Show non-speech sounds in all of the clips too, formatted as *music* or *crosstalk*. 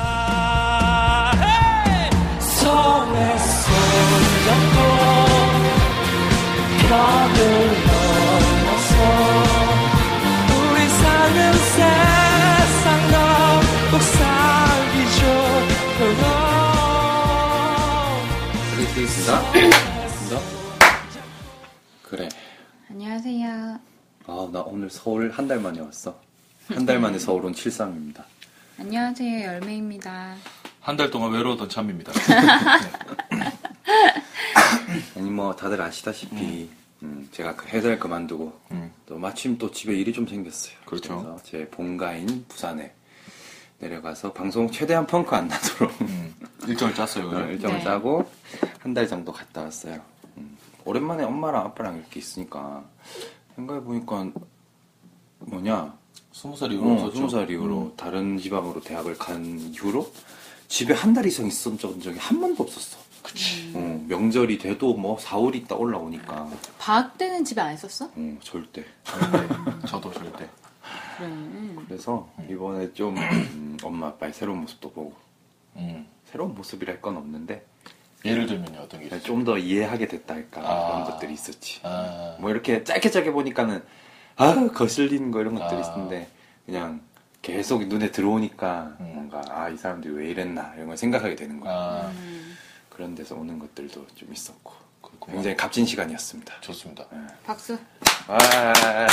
서자 손에 손잡고 벽을 넘어서 우리 사는 세상도 꼭 살기 좋도록 크리스입니다. 그래. 안녕하세요. 아, 나 오늘 서울 한 달 만에 왔어. 한 달 만에 서울 온 칠삼입니다. 안녕하세요. 열매입니다. 한 달 동안 외로웠던 *laughs* 참입니다. 아니 뭐 다들 아시다시피 음, 제가 그 회사를 그만두고 음. 또 마침 또 집에 일이 좀 생겼어요. 그렇죠. 래서제 본가인 부산에 내려가서 방송 최대한 펑크 안 나도록 음, 그렇죠. 일정을 짰어요. 오늘 그죠? 일정을 네. 짜고 한 달 정도 갔다 왔어요. 음, 오랜만에 엄마랑 아빠랑 이렇게 있으니까 생각해 보니까 뭐냐 스무 살 이후로 어, 없었죠? 20살 이후로 음. 다른 지방으로 대학을 간 이후로 집에 한 달 이상 있었던 적이 한 번도 없었어. 그치. 어, 명절이 돼도 뭐 4월 있다 올라오니까. 방학 때는 집에 안 있었어? 어, 절대. 네. 절대. 음. 저도 절대. 네. 그래. 음. 그래서 이번에 좀 음, 엄마 아빠의 새로운 모습도 보고 음. 새로운 모습이랄 건 없는데 예를 들면 요 어떤 게 있어요? 네, 좀 더 이해하게 됐다 할까 그런 아. 것들이 있었지. 아, 뭐 이렇게 짧게 짧게 보니까는 아 거슬리는 거 이런 것들이 아. 있는데 그냥 계속 눈에 들어오니까 음. 뭔가 아 이 사람들이 왜 이랬나 이런 걸 생각하게 되는 거야. 아 음. 그런 데서 오는 것들도 좀 있었고 그렇구나. 굉장히 값진 시간이었습니다. 좋습니다. 네. 박수. 와, 아.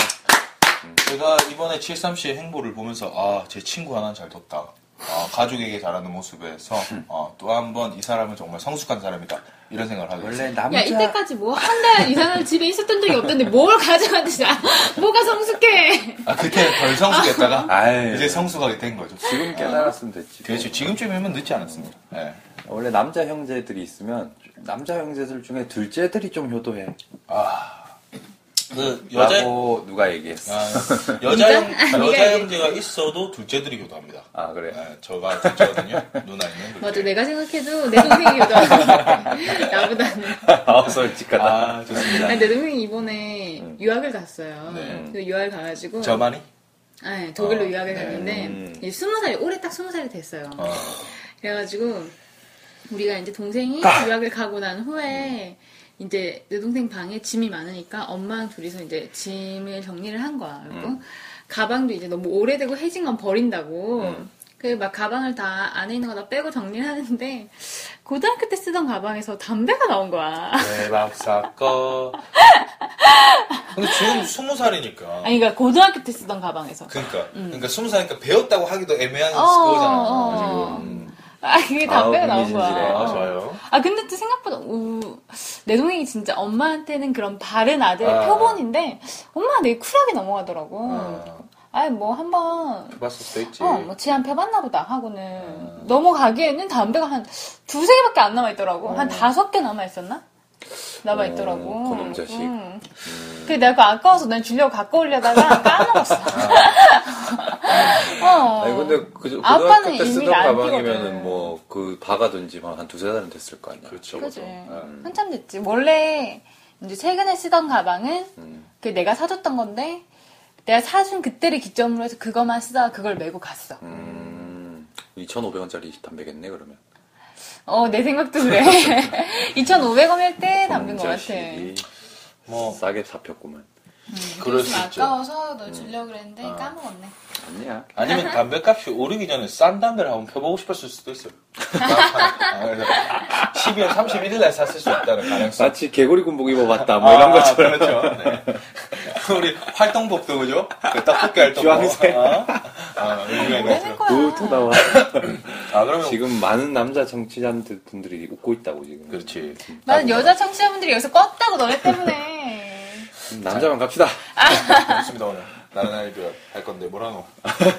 제가 이번에 73씨의 행보를 보면서 아, 제 친구 하나는 잘 뒀다. 아, 가족에게 잘하는 모습에서 음. 아, 또한 번 이 사람은 정말 성숙한 사람이다. 이런 생각을 하게 원래 됐어요. 남자 야 이때까지 뭐 한 달 이상을 집에 있었던 적이 없던데 뭘 가져왔는지 아, *laughs* 뭐가 성숙해 아, 그때 덜 성숙했다가 *laughs* 아유. 이제 성숙하게 된 거죠. 지금 깨달았으면 됐지. 대체 지금쯤이면 늦지 않았습니다. 예. 원래 남자 형제들이 있으면 남자 형제들 중에 둘째들이 좀 효도해. 그 여자 라고 누가 얘기했어. 아, 아, 여자 형, 인정? 여자 아니가 형제가 있어도 둘째들이 교도합니다. 아, 그래. 네, 저가 둘째거든요. 누나 맞아 있는 네. 둘째. 내가 생각해도 내 동생이 *laughs* 여자 나보다는 *laughs* 아 솔직하다. 아 좋습니다. 아니, 내 동생이 이번에 유학을 갔어요 네. 그래서 유학을 가가지고 저만이? 네, 독일로 어, 유학을 네. 음. 갔는데 스무 살 올해 딱 스무 살이 됐어요 어, 그래가지고 우리가 이제 동생이 아. 유학을 가고 난 후에 이제 내 동생 방에 짐이 많으니까 엄마랑 둘이서 이제 짐을 정리를 한 거야. 그리고 음. 가방도 이제 너무 오래되고 해진 건 버린다고. 음. 그 막 가방을 다 안에 있는 거 다 빼고 정리를 하는데 고등학교 때 쓰던 가방에서 담배가 나온 거야. 대박 사건. 근데 지금 스무 살이니까. 아니 그러니까 고등학교 때 쓰던 가방에서. 어. 그러니까, 그러니까 스무 살이니까 배웠다고 하기도 애매한 어, 거잖아. 어, 어. 지금. 음. 아 그게 담배가 아우, 나온 거야. 의미심지네. 아 어. 좋아요. 아 근데 또 생각보다 우, 내 동생이 진짜 엄마한테는 그런 바른 아들의 아. 표본인데 엄마가 되게 쿨하게 넘어가더라고. 아. 아이 뭐 한번 봤을 수도 있지. 어뭐 제안 펴봤나 보다 하고는 넘어가기에는 담배가 한 두세 개밖에 안 남아 있더라고. 한 다섯 개 남아 있었나? 남아 있더라고. 어, 그놈 자식. 음. 그 내가 그거 아까워서 난 주려고 갖고 오려다가 까먹었어. *laughs* 어. 아니 근데 그 저- 아빠는 고등학교 때 이미 쓰던 안 가방이면은 끼거든. 뭐그 박아둔 지한 두세 달은 됐을 거 아니야. 그렇죠. 그지. 음. 한참 됐지. 원래 이제 최근에 쓰던 가방은 음. 그 내가 사줬던 건데 내가 사준 그때를 기점으로 해서 그거만 쓰다가 그걸 메고 갔어. 음. 2,500원짜리 담배겠네 그러면. 어, 내 생각도 *laughs* 그래. 2,500원일 때 담긴 것 그놈 같아. 자식이 뭐 싸게 잡혔구만. 그럴 수 있죠. 아까워서 너 주려고 그랬는데 음. 까먹었네. 아니야. *laughs* 아니면 담배값이 오르기 전에 싼 담배를 한번 펴보고 싶었을 *laughs* 수도 있어요. 아, 그래서 12월 31일 날 샀을 수 있다는 가능성. 마치 개구리 군복 입어봤다 뭐 이런 아, 것처럼. 그렇죠. 네. *laughs* 그 우리 활동복도 그죠? 그 떡볶이 활동복. 주황색. 아, 아, 의미가 있는 오래된 것처럼. 거야. 또 나와. 아, 그러면 지금 많은 남자 정치자분들이 웃고 있다고 지금. 그렇지. 나는 뭐. 여자 청취자분들이 여기서 껐다고 너네 때문에. *laughs* 음, 남자만 갑시다. 좋습니다 오늘. 나는 아이디어 할 건데 뭐라노?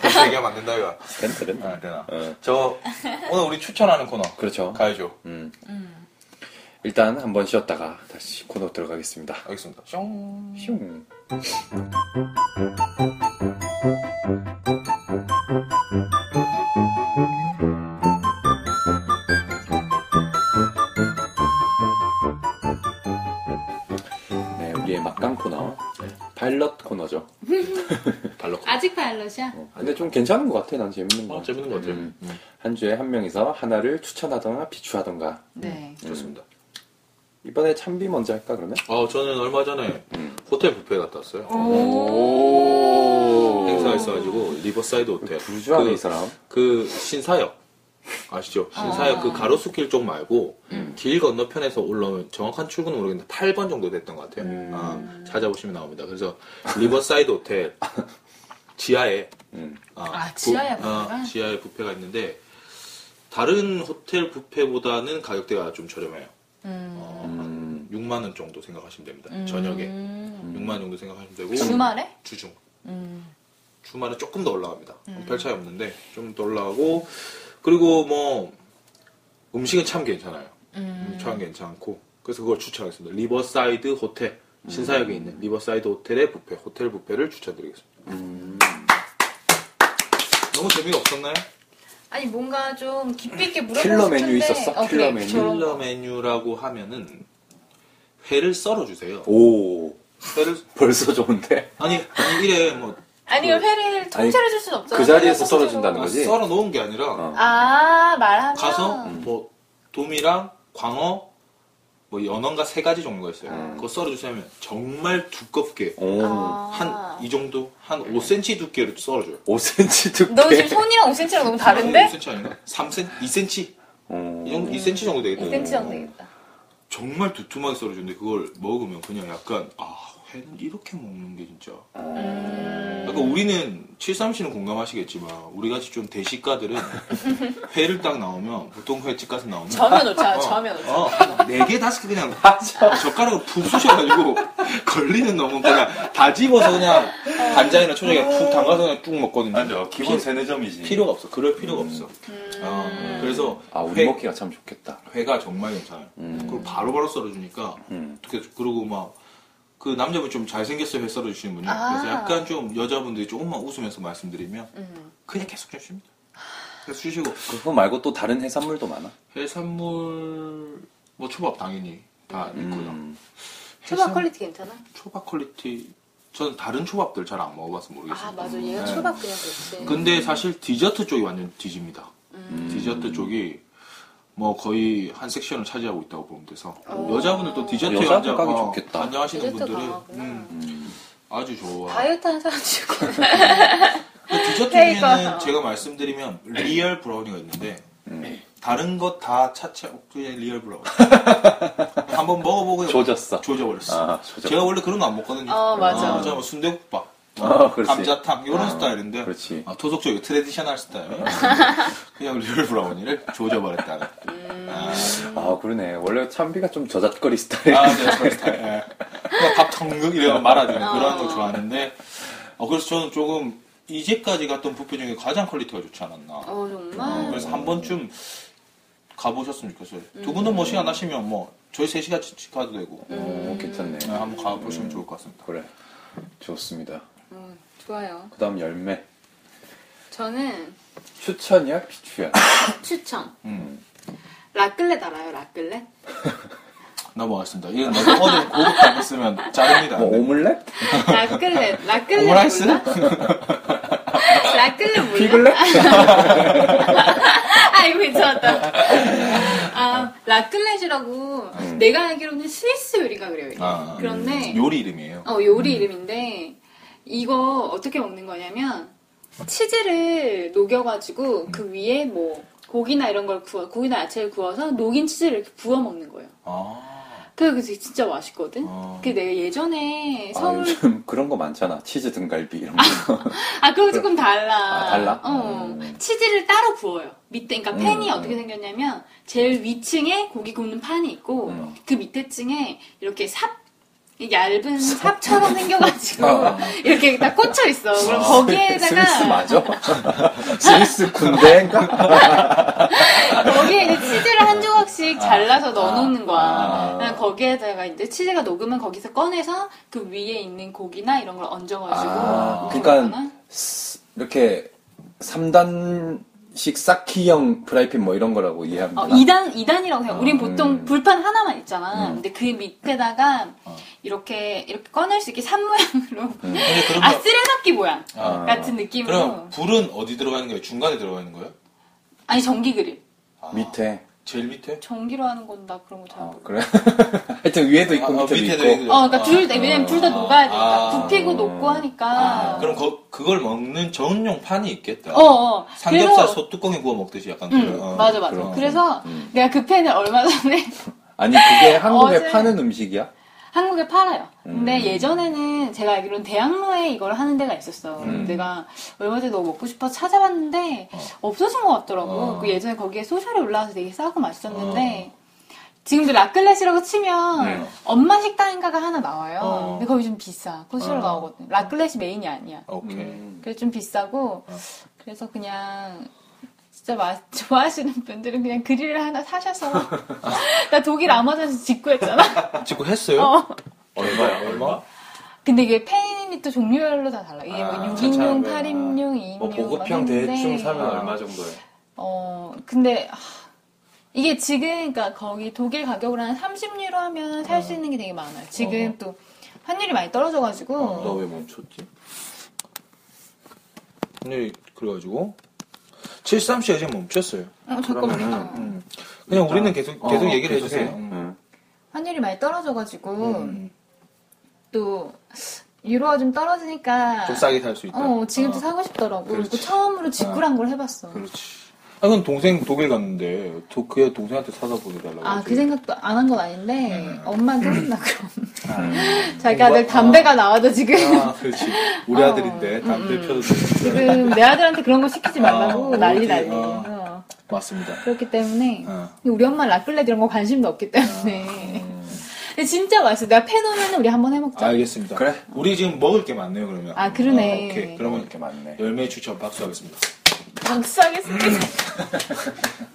벌써 얘기하면 안 된다 이거. 된다 된다. 아, 되나? 어. 저 오늘 우리 추천하는 코너. 그렇죠. 가야죠. 음. 일단 한번 쉬었다가 다시 코너 들어가겠습니다. 알겠습니다. 숑. 슝. 네, 우리의 막강 코너. 파일럿 코너죠. 발로. 아직 발로 컷이야? 어, 근데 좀 괜찮은 것 같아. 난 재밌는 것 어, 같아. 재밌는 것 같아요. 음, 한 주에 한 명이서 하나를 추천하던가 비추하던가. 네. 음. 좋습니다. 이번에 참비 먼저 할까 그러면? 어, 저는 얼마 전에 음. 호텔 뷔페 갔다 왔어요. 오. 행사 있어가지고 리버사이드 호텔. 부르주 안에 그- 이 사람. 그 신사역 아시죠? 신사역 그 가로수길 쪽 말고 음. 길 건너편에서 올라오면 정확한 출구는 모르겠는데 8번 정도 됐던 것 같아요. 음. 아, 찾아보시면 나옵니다. 그래서 리버사이드 호텔 지하에 음. 아, 지하에 부- 뷔페가? 아, 지하에 뷔페가 있는데 다른 호텔 뷔페보다는 가격대가 좀 저렴해요. 어, 한 6만 원 정도 생각하시면 됩니다. 저녁에 음. 음. 6만 원 정도 생각하시면 되고 주말에? 주중 음. 주말에 조금 더 올라갑니다. 별 차이 없는데 좀 더 올라가고 그리고 뭐 음식은 참 괜찮아요. 음, 참 괜찮고 그래서 그걸 추천하겠습니다. 리버사이드 호텔 음. 신사역에 있는 리버사이드 호텔의 뷔페 호텔 뷔페를 추천드리겠습니다. 음. 너무 재미가 없었나요? 음. 아니 뭔가 좀 깊이 있게 물어보고 킬러 메뉴 싶은데 있었어? 어, 킬러 그래, 메뉴. 저런 킬러 거. 메뉴라고 하면은 회를 썰어 주세요. 오. 회를 *laughs* 벌써 좋은데. 아니 아니 이래 뭐 아니 회를 통째로 아니, 줄 수는 없잖아 그 자리에서 통째로. 썰어준다는 거지. 썰어 놓은 게 아니라 어. 아 말하면 가서 뭐 도미랑 광어 뭐 연어가 세 가지 종류가 있어요. 그거 썰어주세요 하면 정말 두껍게 오. 아. 한 이 정도 한 5cm 두께로 썰어줘요. 5cm 두께. 너 지금 손이랑 5cm랑 너무 다른데? 5cm 아닌가? 3cm, 2cm 어. 이 정도, 2cm 정도 되겠다. 2cm 정도 되겠다 정말 두툼하게 썰어주는데 그걸 먹으면 그냥 약간 아 회는 이렇게 먹는 게 진짜. 음. 그러니까 우리는 73 씨는 공감하시겠지만 우리 같이 좀 대식가들은 *laughs* 회를 딱 나오면 보통 회집 가서 나오면 저면 오차 아, 저면 오차 어, 네 개, 다섯 개 그냥 *laughs* 젓가락을 푹 쑤셔가지고 *laughs* 걸리는 놈은 그냥 다 집어서 그냥 간장이나 초장에 푹 담가서 그냥 쭉 먹거든요. 맞아. 기본 세네 점이지. 필요가 없어. 그럴 필요가 없어. 어, 그래서 아, 우리 회, 먹기가 참 좋겠다. 회가 정말 괜찮아요. 그리고 바로바로 썰어주니까 어떻게 그리고 막 그 남자분 좀 잘생겼어요 회 썰어주시는 분이 그래서 약간 좀 여자분들이 조금만 웃으면서 말씀드리면 그냥 계속 주십니다. 계속 주시고 그거 말고 또 다른 해산물도 많아. 해산물 뭐 초밥 당연히 다 있고요. 음. 초밥 해산- 퀄리티 괜찮아? 초밥 퀄리티 저는 다른 초밥들 잘 안 먹어봐서 모르겠어요. 아 맞아 얘가 네. 초밥 그냥 그렇지 근데 사실 디저트 쪽이 완전 뒤집니다. 음. 디저트 쪽이 뭐 거의 한 섹션을 차지하고 있다고 보면 돼서 여자분들도 디저트 여자분 연장 가기 좋겠다. 연장하시는 어. 디저트 분들은 강하구나. 음, 아주 좋아. 다이어트 하는 사람 치고 그 디저트 테이크아웃. 중에는 제가 말씀드리면 리얼 브라우니가 있는데 음. 다른 것 다 차치 없게 리얼 *laughs* 브라우니. 한번 먹어보고 조졌어. 조져버렸어. 아, 조져. 제가 원래 그런 거 안 먹거든요. 어, 맞아. 아, 뭐 순대국밥. 아, 그렇지. 감자탕 이런 스타일인데 그렇지. 아. 아, 토속 쪽이 트레디셔널 스타일 *laughs* 그냥 리얼 브라우니를 조져버렸다는 아, 아, 그러네. 원래 참비가 좀 저잣거리 스타일. 아, 네, 그런 스타일. 예. 그냥 밥 텅텅 이래가 말아주는 그런 걸 좋아하는데 어, 그래서 저는 조금 이제까지 갔던 뷔페 중에 가장 퀄리티가 좋지 않았나 어 정말 그래서 한 번쯤 가보셨으면 좋겠어요 음. 두 분은 뭐 시간 나시면 뭐 저희 셋이 같이 가도 되고 오, 괜찮네. 네, 한번 가보시면 좋을 것 같습니다 그래. 좋습니다. 어, 좋아요 그 다음 열매. 저는 추천이야? 비추야? 추천 음. 라끌렛 알아요 라끌렛? 넘어갔습니다. 이건 너무 어제 고급 단어 쓰면 자릅니다. 네. 뭐, 오믈렛? 라끌렛 라끌렛 *laughs* 오므라이스? 몰라? 라끌렛 몰라? 피글렛? *laughs* 아이고 괜찮았다. 아 라클렛이라고 내가 알기로는 스위스 요리인가 그래요. 이게. 아, 그런데 요리 이름이에요. 어 요리 이름인데 이거 어떻게 먹는 거냐면 치즈를 녹여가지고 그 위에 뭐 고기나 이런 걸 구워 고기나 야채를 구워서 녹인 치즈를 이렇게 부어 먹는 거예요. 아, 그게 그래서 진짜 맛있거든. 어. 그 내가 예전에 아, 서울 요즘 그런 거 많잖아. 치즈 등갈비 이런 거. 아, 그거 조금 달라. 아, 달라? 어. 음. 치즈를 따로 부어요. 밑에, 그러니까 팬이 음. 어떻게 생겼냐면, 제일 위층에 고기 굽는 판이 있고, 음. 그 밑에 층에 이렇게 삽, 이 얇은 삽처럼 생겨가지고, 어. 이렇게 딱 꽂혀 있어. 그럼 아, 거기에다가, 스위스 맞아? *laughs* 스위스 군대인가? 거기에 이제 치즈를 한 조각씩 잘라서 넣어놓는 거야. 아. 그냥 거기에다가 이제 치즈가 녹으면 거기서 꺼내서 그 위에 있는 고기나 이런 걸 얹어가지고. 아, 이렇게 그러니까 먹거나. 스- 이렇게 3단식 사키형 프라이팬 뭐 이런 거라고 이해하면 아. 어, 되나? 네. 2단, 이단이라고 해요. 우린 음. 보통 불판 하나만 있잖아. 음. 어. 근데 그 밑에다가 이렇게 이렇게 꺼낼 수 있게 산 모양으로 근데 네. 그런 아 거 쓰레잡기 모양 아. 같은 느낌으로 그럼 불은 어디 들어가 있는 거예요? 중간에 들어가 있는 거예요? 아니 전기 그릴 아, 밑에. 제일 밑에? 전기로 하는 건 나 그런 거잘 아, 모르. 그래? *laughs* 하여튼 위에도 있고 아, 아, 밑에도 밑에도 있고. 있고. 어, 그러니까 아, 둘, 다- 왜냐면 둘 다 녹아야 되니까 아. 굽히고 녹고 하니까. 그럼 그, 그걸 먹는 전용 판이 있겠다. 어, 어. 삼겹살 그래서- 소뚜껑에 구워 먹듯이 약간 응, 그런. 음. 어. 맞아, 맞아. 그럼. 그래서 내가 그 펜을 얼마 전에 아니 그게 한국에 어제- 파는 음식이야? 한국에 팔아요. 근데 음. 예전에는 제가 알기로는 대학로에 이걸 하는 데가 있었어. 음. 내가 얼마 전에 너무 먹고 싶어 서 찾아봤는데 없어진 것 같더라고. 어. 그 예전에 거기에 소셜이 올라와서 되게 싸고 맛있었는데 지금도 라클렛이라고 치면 음. 엄마 식당인가가 하나 나와요. 어. 근데 거기 좀 비싸. 코스로 어. 나오거든. 라클렛이 메인이 아니야. 오케이. 음. 그래서 좀 비싸고 그래서 그냥 진짜 맛 *laughs* 좋아하시는 분들은 그냥 그릴을 하나 사셔서 나 독일 아마존에서 직구했잖아. 직구 했어요? 어. 얼마야, 얼마? 근데 이게 팬이 또 종류별로 다 달라. 이게 뭐 아, 6인용, 자차하구나. 8인용, 2인용. 뭐 보급형 대충 사면 얼마 정도예요? 어, 근데 하, 이게 지금 그러니까 거기 독일 가격으로 한 30유로 하면 살 수 있는 게 되게 많아요. 지금 또 환율이 많이 떨어져 아, 너 가지고 왜 멈췄지? 네, 그래가지고 73씨 아직 멈췄어요. 어, 잠깐만요. 그러면은, 어. 그냥 우리는 계속, 어, 계속 얘기를 계속 해주세요. 해. 음. 응. 환율이 많이 떨어져 가지고 음. 또 유로가 좀 떨어지니까 좀 싸게 살 수 있다. 어, 지금도 어. 사고 싶더라고. 그리고 그렇지. 처음으로 직구란 걸 해봤어. 그렇지. 아, 그건 동생 독일 갔는데, 도, 그 동생한테 사다 보내달라고. 아, 그러지. 그 생각도 안 한 건 아닌데, 음. 엄마한테 혼나, 그럼. 음. *laughs* 자기 아들 어. 담배가 나와도 지금. 아, 그렇지. 우리 어. 아들인데, 담배 음. 펴도 *laughs* 되는데. 지금 내 아들한테 그런 거 시키지 말라고 어, 난리 어디, 난리. 어. 어. 맞습니다. 그렇기 때문에 어. 우리 엄마 라클렛 이런 거 관심도 없기 때문에. 음. 근데 진짜 맛있어. 내가 패놓으면 우리 한번 해먹자. 알겠습니다. 그래. 우리 지금 먹을 게 많네요, 그러면. 아, 그러네. 어, 오케이. 그러면 그러면 이렇게 많네. 열매 추천 박수하겠습니다. 아, 박수하겠습니다. 음.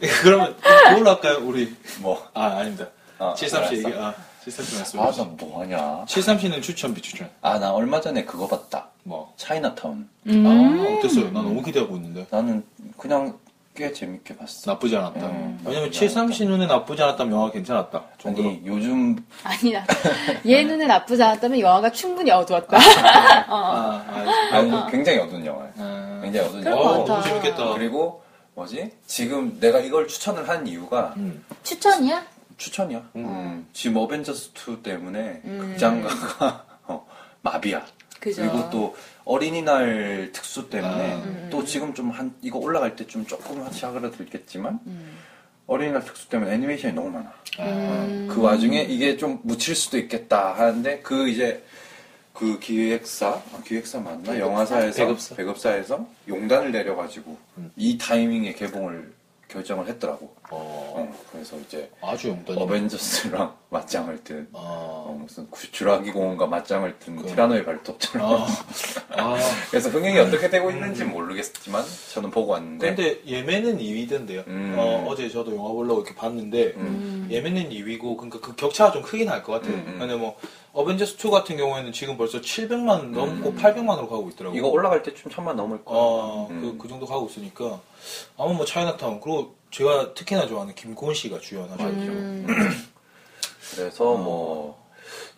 예, 그러면 뭘로 할까요, 우리? 뭐? 아, 아닙니다. 어, 73씨 알았어. 얘기, 아, 73씨 말씀. 아, 나 뭐하냐? 73씨는 추천, 비추천. 아, 나 얼마 전에 그거 봤다. 뭐. 차이나타운. 음. 아, 어땠어요? 나 너무 기대하고 있는데. 나는 그냥 꽤 재밌게 봤어. 나쁘지 않았다. 음, 왜냐면 나쁘지 73씨 눈에 나쁘지 않았다면 영화 괜찮았다. 정도로. 아니 요즘 *laughs* 아니다. 얘 눈에 나쁘지 않았다면 영화가 충분히 어두웠다. 아, 아, 아니, 굉장히 어두운 영화예요. 아. 굉장히 어두운 그럴 것 영화. 어, 같아. 너무 재밌겠다. 그리고 뭐지? 지금 내가 이걸 추천을 한 이유가 추천이야? 추천이야. 음, 지금 어벤져스 2 때문에 극장가가 *laughs* 어, 마비야. 그죠. 그리고 또 어린이날 특수 때문에 또 지금 좀 한 이거 올라갈 때 좀 조금 차그라들겠지만 음. 어린이날 특수 때문에 애니메이션이 너무 많아. 그 와중에 이게 좀 묻힐 수도 있겠다 하는데 그 이제 그 기획사 아, 기획사 맞나 영화사에서 배급사. 에서 용단을 내려가지고 이 타이밍에 개봉을 결정을 했더라고. 어, 어, 그래서 이제 아주 용단이. 어벤져스랑 *laughs* 맞짱을 뜬 어, 아, 무슨 구- 주라기 공원과 맞짱을 뜬 티라노의 발톱처럼 아, 아. 그래서 흥행이 어떻게 되고 있는지 모르겠지만 저는 보고 왔는데 근데 예매는 2위던데요. 음. 어, 제 저도 영화 보려고 이렇게 봤는데 예매는 2위고 그러니까 그 격차가 좀 크긴 할 것 같아요. 음. 근데 뭐 어벤져스 2 같은 경우에는 지금 벌써 700만 넘고 800만으로 가고 있더라고요. 음. 이거 올라갈 때쯤 천만 넘을 거야. 어, 음. 그, 그 정도 가고 있으니까 아마 뭐 차이나타운 그리고 제가 특히나 좋아하는 김고은 씨가 주연하죠. 음. 어. 그래서 뭐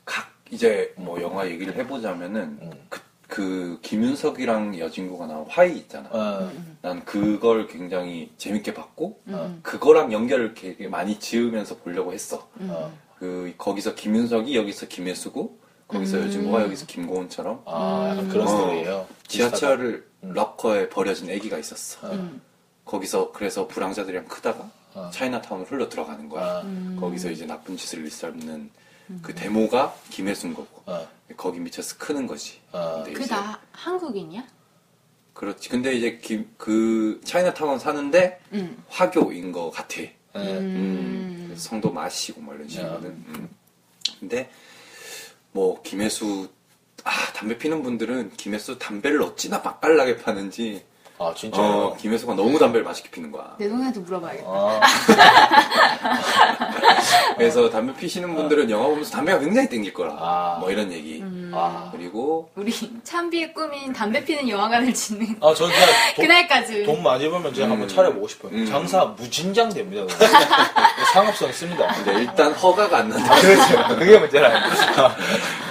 각 이제 뭐 영화 얘기를 해보자면은 음. 그, 그 김윤석이랑 여진구가 나온 화이 있잖아. 어, 난 그걸 굉장히 재밌게 봤고 음. 그거랑 연결을 되게 많이 지으면서 보려고 했어. 어. 그 거기서 김윤석이 여기서 김혜수고 거기서 여진구가 여기서 김고은처럼 아, 약간 그런 어. 스타일이에요. 지하철을 럭커에 버려진 아기가 있었어. 거기서 그래서 불황자들이랑 크다가 어. 차이나타운으로 흘러 들어가는 거야. 아, 거기서 이제 나쁜 짓을 일삼는 그 데모가 김혜순 거고 어, 거기 미쳐서 크는 거지. 어. 근데 그 이제 다 한국인이야? 그렇지. 근데 이제 김, 그 차이나타운 사는데 음. 화교인 거 같아. 네. 음, 성도 마시고 뭐 이런 식이거든. 음. 근데 뭐 김혜수 아 담배 피는 분들은 김혜수 담배를 어찌나 맛깔나게 파는지 아 진짜요? 어, 김혜수가 너무 담배를 맛있게 피는 거야. 내 동생한테 물어봐야겠다. 아, 그래서 담배 피시는 분들은 영화 보면서 담배가 굉장히 땡길 거라. 어. 아. 뭐 이런 얘기. 그리고 우리 *laughs* 참비의 꿈인 담배 피는 여왕관을 짓는 아, 저는 그냥 *laughs* 그날까지. 돈, 돈 많이 벌면 제가 한번 차려보고 싶어요. 음. 장사 무진장 됩니다. 그거. *laughs* 상업성 씁니다. 이제 일단 허가가 안 난다. 그렇죠. 그게 문제라요.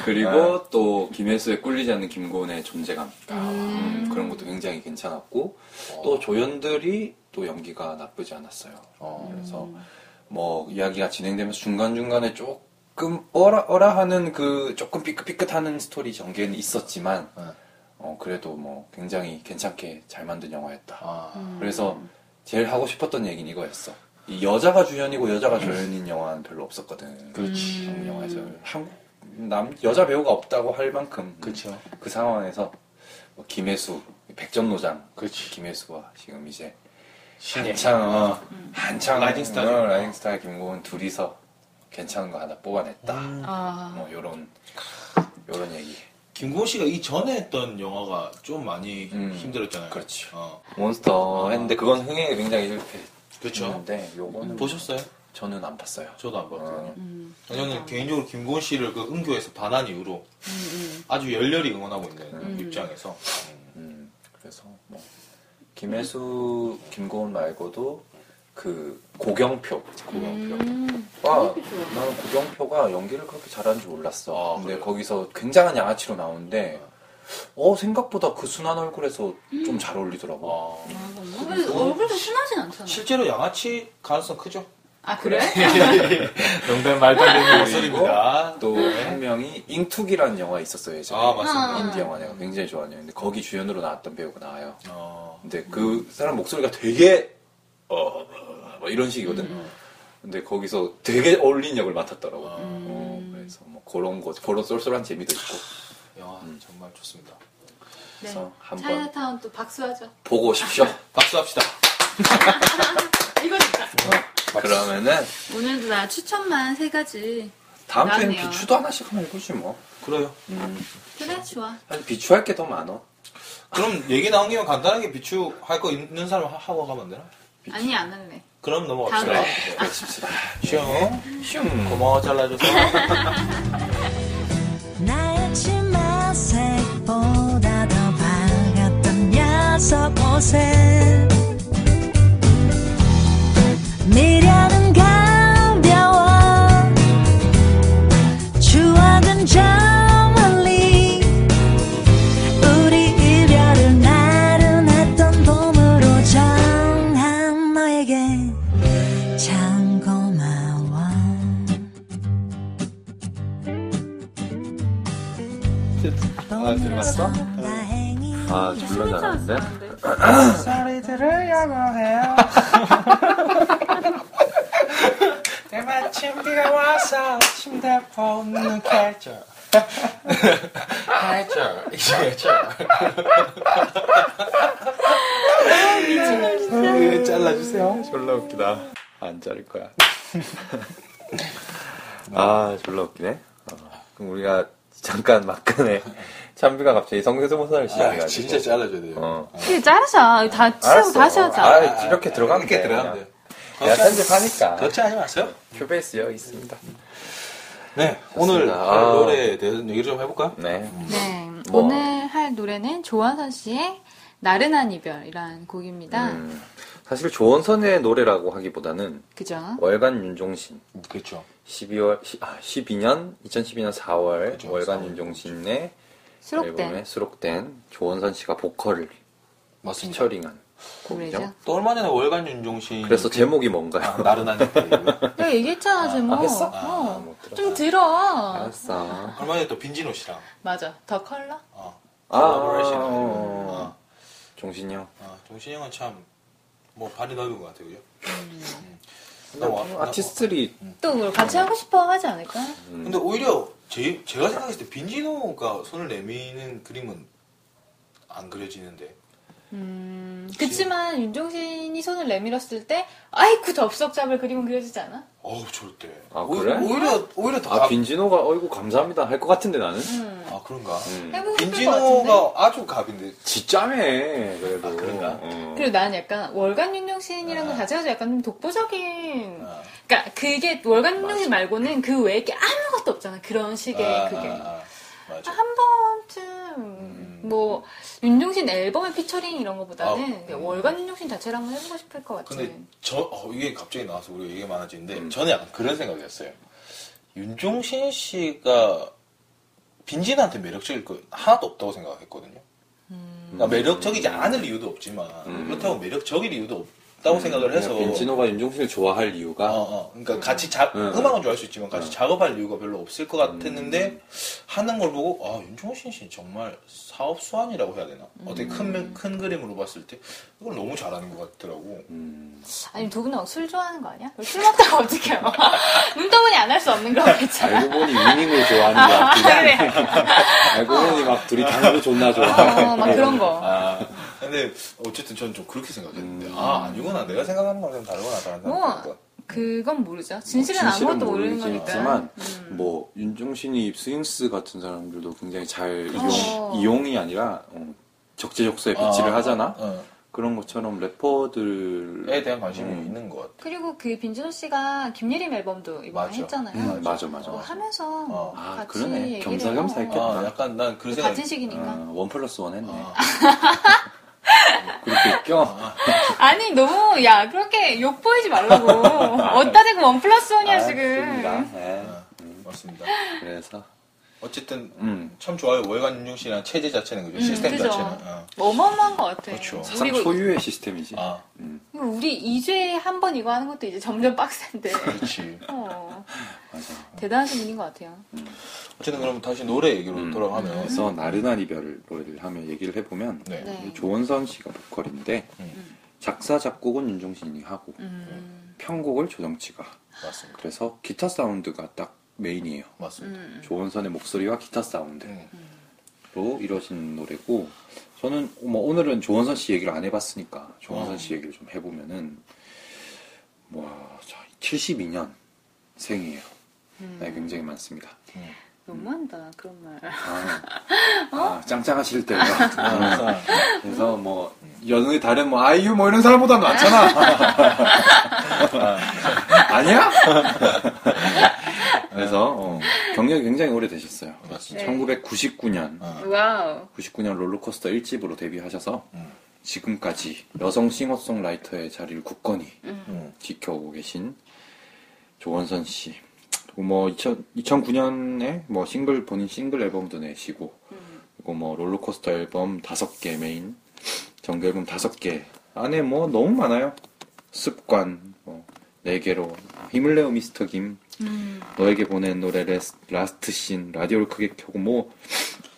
그리고 또 김혜수의 꿀리지 않는 김고은의 존재감 음, 그런 것도 굉장히 괜찮았고 또 조연들이 또 연기가 나쁘지 않았어요. 그래서 뭐 이야기가 진행되면서 중간 중간에 조금 어라 어라 하는 그 조금 삐끗삐끗하는 스토리 전개는 있었지만 네. 어, 그래도 뭐 굉장히 괜찮게 잘 만든 영화였다. 아, 그래서 제일 하고 싶었던 얘기는 이거였어. 이 여자가 주연이고 여자가 주연인 영화는 별로 없었거든. 음. 그렇지. 한국 영화에서 한국 남 여자 배우가 없다고 할 만큼 그렇죠. 그 상황에서 뭐 김혜수 백전노장 그렇지. 김혜수와 지금 이제 신예. 한창 어, 한창 라이징 스타죠. 어, 라이징 스타 김고은 둘이서 괜찮은 거 하나 뽑아냈다 음. 아, 뭐 요런 요런 얘기 김고은 씨가 이 전에 했던 영화가 좀 많이 음. 힘들었잖아요. 그렇지. 어, 몬스터 했는데 그건 흥행에 굉장히 그렇죠. 실패했는데 요거는 보셨어요? 저는 안 봤어요 저도 안 봤거든요. 어. 음, 저는 개인적으로 김고은 씨를 그 은교에서 반한 이후로 음, 아주 열렬히 응원하고 있는 입장에서 음. 음, 그래서 뭐 김혜수, 김고은 말고도 그 고경표, 음. 음. 고경표. 와, 나는 고경표가 연기를 그렇게 잘하는 줄 몰랐어. 아, 근데 그래요? 거기서 굉장한 양아치로 나오는데, 어 생각보다 그 순한 얼굴에서 좀 잘 어울리더라고. 어, 음. 얼굴, 얼굴도 순하진 않잖아. 실제로 양아치 가능성 크죠? 아, 그래? *laughs* 농담 말도 안 *laughs* 되는 목소리입니다. 목소리입니다. 네. 또 한 명이 잉투기라는 영화 있었어요 예전에. 아, 맞습니다. 인디 영화 내가 굉장히 좋아하는 영화인데 거기 주연으로 나왔던 배우가 나와요. 어, 근데 그 사람 목소리가 되게 어, 어, 뭐 이런 식이거든. 음. 근데 거기서 되게 어울린 역을 맡았더라고. 음. 어, 그래서 뭐 그런 거 그런 쏠쏠한 재미도 있고. 영화 정말 좋습니다. 네. 그래서 한번 차이나타운 또 박수하죠. 보고 *laughs* 오십시오. 박수합시다. 이거 진짜. 그러면은 오늘도 나 추천만 세 가지. 다음 주엔 나네요. 비추도 하나씩 하면 해보지 뭐. 그래요. 그래, 좋아. 사실 비추할 게 더 많아. 그럼 얘기 나온 김에 간단하게 비추 할 거 있는 사람 하- 하고 가면 안 되나? 아니, 안 할래. 그럼 넘어갑시다. 다음 네. 그렇습니다. 음. 슝. 슝. 고마워 잘라줘서. 나의 치마색보다 더 밝았던 녀석 옷에 미련은 가벼워 추억은 저 멀리 우리 이별을 나른했던 봄으로 정한 너에게 참 고마워 아, 들어봤어? 아 졸라 잘하는데. 내만 침대가 와서 침대 벗는 계절 해줘. 이제 아, 해줘. 아, 잘라주세요. *laughs* 졸라 웃기다. 안 자를 거야. *laughs* 아, 졸라 웃기네. 어, 그럼 우리가 잠깐 막간에 참비가 갑자기 성대모사를 시작해가지고. 아, 진짜 잘라줘야 돼요. 어. 그래, 자르자. 다 치우고 알았어. 다시 하자. 아, 이렇게 들어가면 이렇게 돼. 들어가면 돼요. 그렇죠. 내가 편집하니까. 아. 하지 마세요. 큐베이스 여 있습니다. 네, 오늘 좋습니다. 할 아. 노래에 대해서 얘기를 좀 해볼까요? 네. 네. 뭐. 오늘 할 노래는 조화선 씨의 나른한 이별이라는 곡입니다. 음, 사실 조원선의 노래라고 하기보다는 그죠? 월간 윤종신. 그렇죠. 12월, 시- 아, 12년, 2012년 4월 그죠, 월간 4월. 윤종신의 수록된 앨범에 수록된 조원선 씨가 보컬을 맞습니다. 피처링한 곡이죠. 노래죠. 또 얼마 전에 월간 윤종신 그래서 제목이 아, 뭔가요? *laughs* 나른한 이별이고요. 내가 얘기했잖아, 제목. 아, 했어? 어. 아, 못 들어. 좀 들어. 알았어. 얼마 전에 또 빈진호 씨랑 맞아. 더 컬러? 어, 아, 콜라보레이션. 어, 어, 종신이 형. 어, 종신이 형은 참 뭐 발이 넓은 것 같아요, 그죠? 음. 나 와- 나- 아티스트리 음. 또 그걸 같이 하고 싶어 하지 않을까? 근데 오히려 제, 제가 생각했을 때 빈진호가 손을 내미는 그림은 안 그려지는데. 음, 그치만 윤종신이 손을 내밀었을 때 아이쿠 덥석 잡을 그림은 그려지지 않아? 어우, 절대. 아, 오히- 그래? 오히려, 오히려 더. 아 가- 빈진호가 어이구 감사합니다 할 것 같은데 나는 음. 아, 그런가? 음. 해보고 싶을 것 같은데? 빈진호가 아주 갑인데. 지짜매 그래도 그런가? 어. 그리고 난 약간 월간 윤종신이라는 것 아. 자체가 약간 좀 독보적인 아. 그러니까 그게 월간 윤종신 말고는 그 외에 게 아무것도 없잖아 그런 식의 아, 그게 아, 아. 맞아. 한 음. 번쯤 뭐 윤종신 앨범의 피처링 이런 아, 거보다는 음. 월간 윤종신 자체를 한번 해보고 싶을 것 같은. 네. 근데 저 어, 이게 갑자기 나와서 우리가 얘기 많아지는데 음. 저는 약간 그런 생각이었어요. 윤종신 씨가 빈진한테 매력적일 거 하나도 없다고 생각했거든요. 음. 그러니까 매력적이지 않을 이유도 없지만 그렇다고 매력적일 이유도 음. 없다고 생각을 해서 진호가 윤종신을 좋아할 이유가 어, 어. 그러니까 같이 자, 음. 음. 음악은 좋아할 수 있지만 같이 작업할 이유가 별로 없을 것 같았는데 하는 걸 보고 아 윤종신 씨 정말 사업 수완이라고 해야 되나 어떻게 음. 큰, 큰 그림으로 봤을 때 이걸 너무 잘하는 것 같더라고 아니 두 분은 술 좋아하는 거 아니야? 술 먹다가 *laughs* 어떡해요? 눈떠보니 안 할 수 없는 거겠잖아. 알고 보니 위닝을 좋아하는 것 같기도 그래. 알고 보니 막 둘이 당구 존나 좋아. 네. 어, 막 그런 거. 아, 근데 어쨌든 저는 좀 그렇게 생각했는데 음. 아 아니구나 내가 생각하는 거랑 좀 다르구나 다른 뭐 사람들과 그건 모르죠. 진실은 아무것도 모르는 거니까. 뭐 모르겠지만 뭐 윤종신이 스윙스 같은 사람들도 굉장히 잘 어. 이용, 이 아니라 어, 적재적소에 배치를 아, 하잖아. 어. 그런 것처럼 래퍼들 에 대한 관심이 음. 있는 것 같아 그리고 그 빈준호 씨가 김예림 앨범도 이번에 맞아. 했잖아요. 음, 맞아 맞아 어, 맞아. 하면서 어. 아, 같이 그러네. 얘기를 겸사겸사 해요. 했겠다. 아 약간 난 그 생각 같은 시기니까. 아, 원 플러스 원 했네. 아. 그렇게 껴. *laughs* 아니 너무 야 그렇게 욕 보이지 *laughs* 말라고. 어따 대고 원 플러스 원이야 아, 알았습니다. 지금. 네. 아, 맞습니다 그래서 어쨌든 음. 참 좋아요 월간 윤종 씨랑 체제 자체는 그죠 음, 시스템 그죠. 자체는 어. 어마어마한 것 같아. 그렇죠. 사상 그리고 소유의 시스템이지. 아 우리 2주에 한 번 이거 하는 것도 이제 점점 빡센데. 그렇지 어. 대단하신 분인 것 같아요. 어쨌든 그럼 다시 노래 얘기로 돌아가면 음, 그래서 나른한 이별을 노래를 하며 얘기를 해보면 네. 음. 네. 조원선 씨가 보컬인데 음. 작사 작곡은 윤종신이 하고 음. 편곡을 조정치가 맞습니다 그래서 기타 사운드가 딱 메인이에요. 맞습니다 음. 조원선의 목소리와 기타 사운드로 음. 이루어진 노래고 저는 뭐 오늘은 조원선 씨 얘기를 안 해봤으니까 조원선 어. 씨 얘기를 좀 해보면은 뭐 72년 생이에요. 나이 굉장히 많습니다. 너무한다 그런 말. 아, 아, 짱짱하실 때요. 아, 그래서 뭐 연의 다른 뭐 아이유 뭐 이런 사람보다 많잖아. 아, 니야 그래서 어, 경력이 굉장히 오래되셨어요. 맞습니다. 1999년 와우. 99년 롤러코스터 1집으로 데뷔하셔서 음. 지금까지 여성 싱어송라이터의 자리를 굳건히 음. 지켜오고 계신 조원선 씨. 그리고 뭐 2000, 2009년에 뭐 싱글 본인 싱글 앨범도 내시고 그리고 뭐 롤러코스터 앨범 5개 메인 정규 앨범 5개 안에 뭐 너무 많아요. 습관 뭐 4개로 힘을 내어 미스터 김 음. 너에게 보낸 노래 레스, 라스트 씬 라디오를 크게 켜고 뭐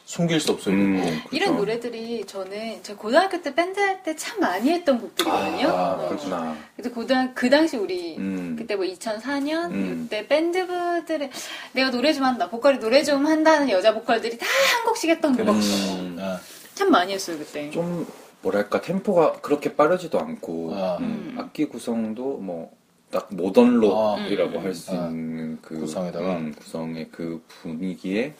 숨길 수 없어요 음, 이런 그렇죠. 노래들이 저는 제 고등학교 때 밴드 할 때 참 많이 했던 곡들이거든요. 아, 어. 그렇구나. 그래서 고등 그 당시 우리 음. 그때 뭐 2004년 음. 이때 밴드부들의 내가 노래 좀 한다 보컬이 노래 좀 한다는 여자 보컬들이 다 한 곡씩 했던 곡 참 음, 아, 많이 했어요 그때. 좀 뭐랄까 템포가 그렇게 빠르지도 않고 아. 음, 악기 구성도 뭐 딱 모던 록이라고 아. 할 수 아. 있는 그 구성에다가. 구성의 그 분위기에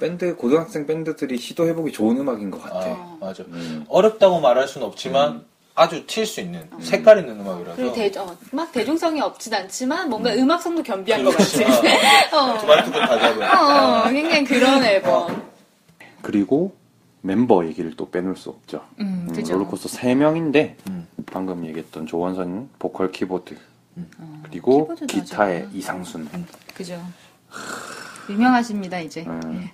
밴드 고등학생 밴드들이 시도해보기 좋은 음악인 것 같아. 네. 아, 맞아 음. 어렵다고 말할 수는 없지만 음. 아주 튈 수 있는 색깔 있는 음악이라서 그리고 그렇죠. 대, 어, 막 대중성이 없진 않지만 뭔가 음. 악성도 겸비한 것 그렇죠. 같은. 그렇지만 두 어. 마리 두번 가자고요 *laughs* 어, 굉장히 그런 앨범. 그리고 멤버 얘기를 또 빼놓을 수 없죠. 음, 음, 그죠. 롤러코스터 3명인데 음. 방금 얘기했던 조원선 보컬 키보드 그리고 음. 키보드도 기타의 하셨구나. 이상순 그죠. 유명하십니다 이제. 음.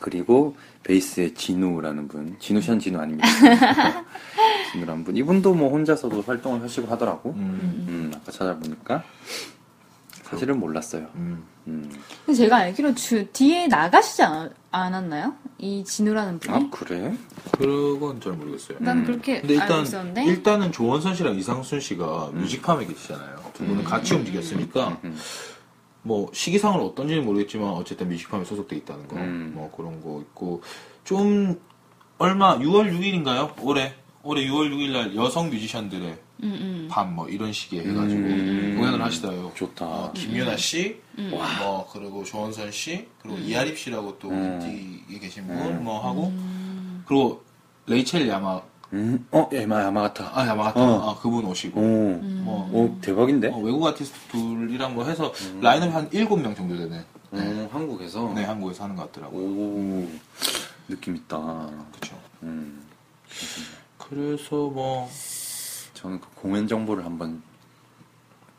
그리고 베이스의 진우라는 분, 진우션 진우 아닙니다. *laughs* 진우라는 분, 이분도 뭐 혼자서도 활동을 하시고 하더라고. 음. 음, 아까 찾아보니까 사실은 몰랐어요. 음. 음. 근데 제가 알기로 주 뒤에 나가시지 않, 않았나요? 이 진우라는 분이? 아 그래? 그건 잘 모르겠어요. 난 음. 그렇게 근데 알고 일단 있었는데. 일단은 조원선 씨랑 이상순 씨가 음. 뮤직팜에 계시잖아요. 두 분은 같이 움직였으니까 뭐 시기상은 어떤지는 모르겠지만 어쨌든 뮤직팜에 소속돼 있다는 거, 음. 뭐 그런 거 있고 좀 얼마 6월 6일인가요? 올해 올해 6월 6일날 여성 뮤지션들의 음, 음. 밤 뭐 이런 식의 해가지고 공연을 하시더라고요. 음. 좋다. 음. 어, 김윤아 씨, 음. 뭐 그리고 조원선 씨, 그리고 이하립 씨라고 또 음. 인기에 계신 분 뭐 하고 음. 그리고 레이첼 야마 음, 어, 예마 야마가타. 아 야마가타 어. 음. 네. 아, 그분 오시고 오, 뭐 음. 오 대박인데? 어, 외국 아티스트 둘이랑 뭐 해서 라인업 한 7명 정도 되는 음, 한국에서? 네, 한국에서 하는 것 같더라고요. 오, 느낌 있다. 그렇죠. 음, 그래서 뭐 저는 그 공연 정보를 한번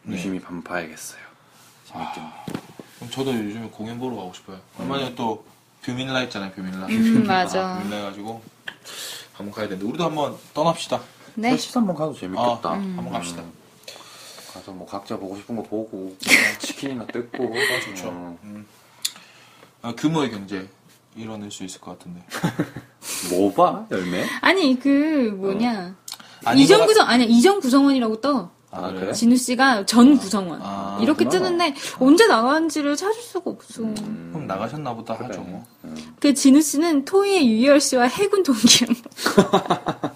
유심히 한번 봐야겠어요. 재밌겠네. 그럼 저도 요즘에 공연 보러 가고 싶어요. 음. 얼마 전에 또 뷰밀라 있잖아요, 뷰밀라. 음, 맞아. 아, 뷰밀라 해가지고 한번 가야 되는데 우리도 한번 떠납시다. 네. 셋이 한번 가도 재밌겠다. 음. 아, 한번 갑시다. 가서 뭐 각자 보고 싶은 거 *laughs* 보고 치킨이나 뜯고 좋죠. 음, 아, 규모의 경제 이뤄낼 수 있을 것 같은데. 뭐 봐? 열매? 아니 그 뭐냐 아닌 *laughs* 것 이전 같- 구성 아니 이전 구성원이라고 떠 아, 그래? 진우 씨가 전 구성원 아, 이렇게 그렇구나. 뜨는데 언제 나왔는지를 찾을 수가 없어. 그럼 나가셨나 보다 하죠 뭐. 그 진우 씨는 토이의 유희열 씨와 해군 동기한 거.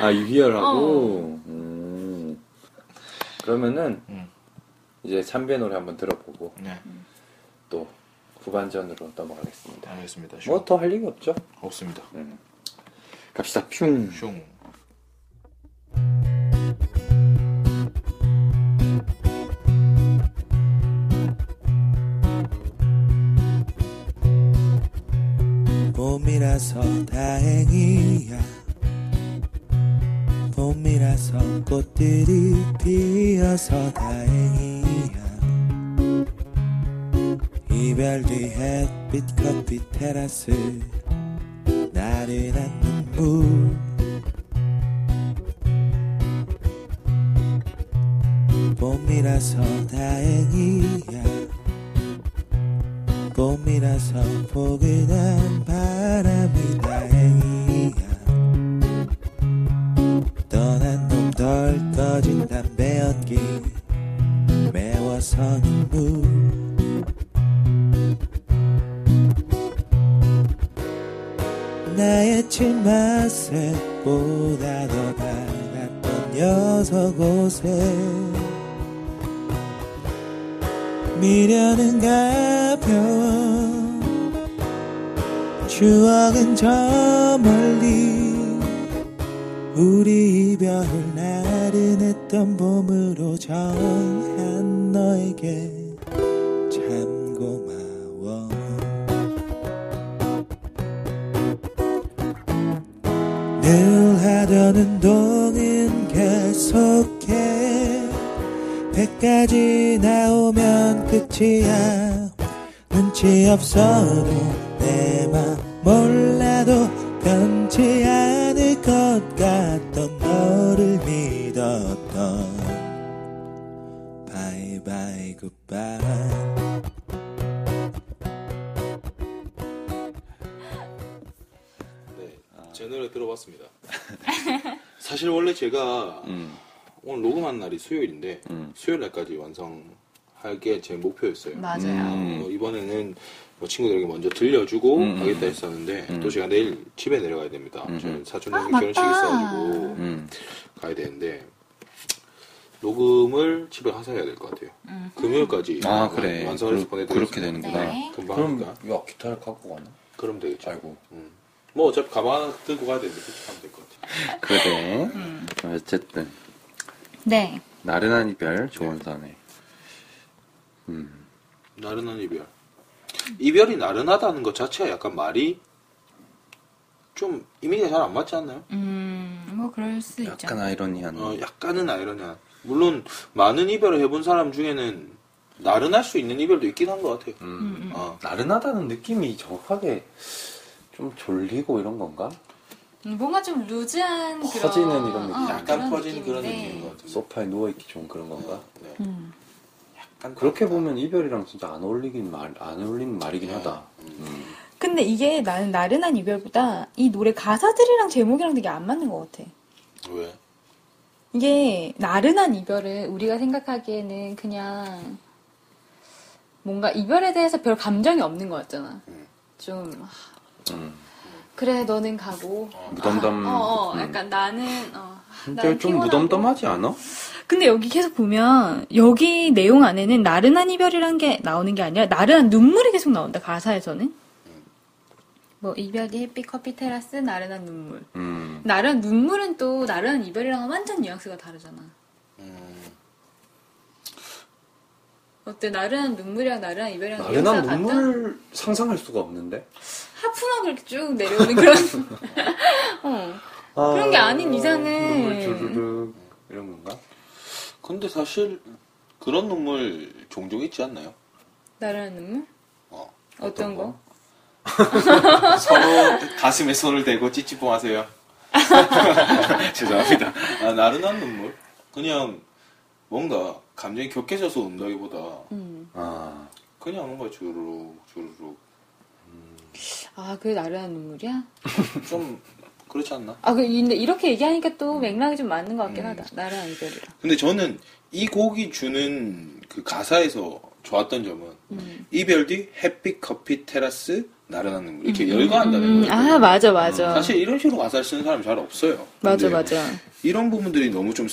아 어. 유희열하고. 음. 그러면은 음. 이제 참비의 노래 한번 들어보고 네, 또 후반전으로 넘어가겠습니다. 알겠습니다. 슝. 뭐 더 음. 할 얘기 없죠? 없습니다. 갑시다. 퓨. 슝. 봄이라서 다행이야 봄이라서 꽃들이 피어서 다행이야 이별 뒤 햇빛 커피 테라스 나른한 눈물 봄이라서 다행이야 봄이라서 포근한 바람이 다행이야 떠난 놈 덜 꺼진 담배 연기 매워서 눈물 나의 침마색보다 더 밝았던 녀석 옷에 미련은 가벼워 추억은 저 멀리 우리 이별 나른했던 봄으로 정한 너에게 참 고마워 늘 하려는 동은 계속해 배까지 나오면 끝이야 눈치 없어도 내맘 몰라도 변치 않을 것 같던 너를 믿었던 바이바이 굿바이 네, 아. 제 노래 들어봤습니다. *laughs* 사실 원래 제가 음. 오늘 녹음한 날이 수요일인데 수요일 날까지 완성할 게 제 목표였어요. 맞아요. 어, 이번에는 뭐 친구들에게 먼저 들려주고 음, 가겠다 했었는데 또 제가 내일 집에 내려가야 됩니다. 저는 사촌 동생 아, 결혼식이 맞다. 있어가지고 음. 가야 되는데 녹음을 집에 가서 해야 될 것 같아요. 금요일까지 네, 아 그래. 완성해서 그러- 보내드리겠습니다. 그렇게 되는구나. 음. 네. 금방 그럼 하니까 야 기타를 갖고 가나? 그럼 되겠죠. 아이고. 음. 뭐 어차피 가방 하나 들고 가야 되는데 그렇게 하면 될 것 같아요. 그래. 음. 어쨌든 네. 나른한 이별 좋은 사네. 나른한 이별. 이별이 나른하다는 것 자체가 약간 말이 좀 이미가 잘 안 맞지 않나요? 음, 뭐 그럴 수 있죠. 약간 아이러니한. 어, 약간은 아이러니한. 물론 많은 이별을 해본 사람 중에는 나른할 수 있는 이별도 있긴 한 것 같아요. 음. 어, 나른하다는 느낌이 정확하게 좀 졸리고 이런 건가? 음, 뭔가 좀 루즈한 아, 그런 어, 퍼지는 이런 느낌. 약간 퍼진 그런 느낌인데. 느낌인 것 같아요. 소파에 누워있기 좋은 그런 건가? 네. 음. 약간 어, 그렇게 그렇다. 보면 이별이랑 진짜 안 어울리긴 말, 안 어울리는 말이긴 하다. 근데 이게 나는 나른한 이별보다 이 노래 가사들이랑 제목이랑 되게 안 맞는 것 같아. 왜? 이게 나른한 이별을 우리가 생각하기에는 그냥 뭔가 이별에 대해서 별 감정이 없는 것 같잖아. 좀 아, 음. 그래 너는 가고 무덤덤. 아, 어, 어, 음. 약간 나는 어, 근데 나는 좀 피곤하고. 무덤덤하지 않아? 근데 여기 계속 보면 여기 내용 안에는 나른한 이별이란 게 나오는 게 아니라 나른한 눈물이 계속 나온다 가사에서는. 음. 뭐 이별 뒤 햇빛 커피 테라스 나른한 눈물. 음. 나른한 눈물은 또 나른한 이별이랑 완전 뉘앙스가 다르잖아. 음, 어때 나른한 눈물이랑 나른한 이별이랑 나른한 같다? 눈물을 상상할 수가 없는데. 하프막 이렇게 쭉 내려오는 그런 *laughs* 어. 그런 게 아닌 눈물 이상은 주르륵 이런 건가? 근데 사실 그런 눈물 종종 있지 않나요? 나른한 눈물? 어. 어떤 거? 서로 가슴에 손을 대고 찌찌뽕 하세요. *laughs* 죄송합니다. 아, 나른한 눈물? 그냥 뭔가 감정이 격해져서 운다기보다 음. 아, 그냥 뭔가 주르륵 주르륵 아 그게 나른한 눈물이야? 좀 그렇지 않나? 아 그- 근데 이렇게 얘기하니까 또 맥락이 좀 맞는 것 같긴 음. 하다 나른한 이별이랑 근데 저는 이 곡이 주는 그 가사에서 좋았던 점은 음. 이별 뒤 햇빛 커피 테라스 나른한 눈물 이렇게 열거한다는 음. 거예요. 아 맞아 맞아 사실 이런 식으로 가사를 쓰는 사람이 잘 없어요. 맞아 근데 맞아 이런 부분들이 너무 좀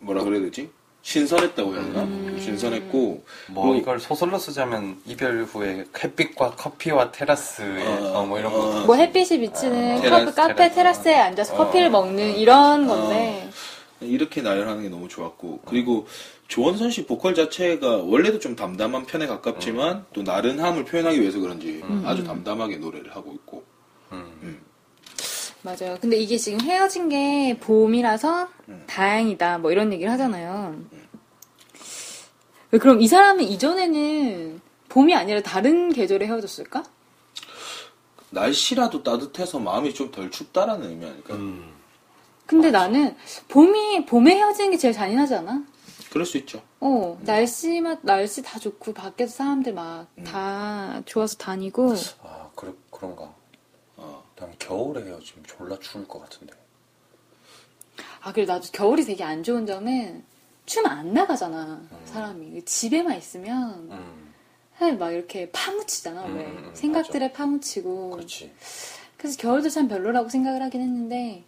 뭐라 그래야 되지? 신선했다고 해야 되나? 신선했고 음. 뭐 이걸 소설로 쓰자면 이별 후에 햇빛과 커피와 테라스에 어, 어, 뭐 이런 거 뭐 햇빛이 비치는 아, 테라스, 컵- 카페 테라스. 어. 테라스에 앉아서 커피를 먹는 이런 건데 이렇게 나열하는 게 너무 어. 좋았고 그리고 조원선 씨 보컬 자체가 원래도 좀 담담한 편에 가깝지만 어. 또 나른함을 표현하기 위해서 그런지 음. 아주 담담하게 노래를 하고 있고 맞아요 근데 이게 지금 헤어진 게 봄이라서 음. 다행이다 뭐 이런 얘기를 하잖아요 왜 그럼 이 사람은 이전에는 봄이 아니라 다른 계절에 헤어졌을까? 날씨라도 따뜻해서 마음이 좀 덜 춥다라는 그러니까 의미 아닐까요? 음. 근데 나는 봄이 봄에 헤어지는 게 제일 잔인하지 않아? 그럴 수 있죠. 어 음. 날씨만 날씨 다 좋고 밖에서 사람들 막 다 좋아서 다니고 아 그래, 그런가. 어. 난 겨울에 헤어지면 졸라 추울 것 같은데. 아 그래 나도 겨울이 되게 안 좋은 점은 춤 안 나가잖아 사람이 그 집에만 있으면 음, 사람이 막 이렇게 파묻히잖아 음, 왜 음, 음, 생각들에 파묻히고 그렇지. 그래서 겨울도 참 별로라고 생각을 하긴 했는데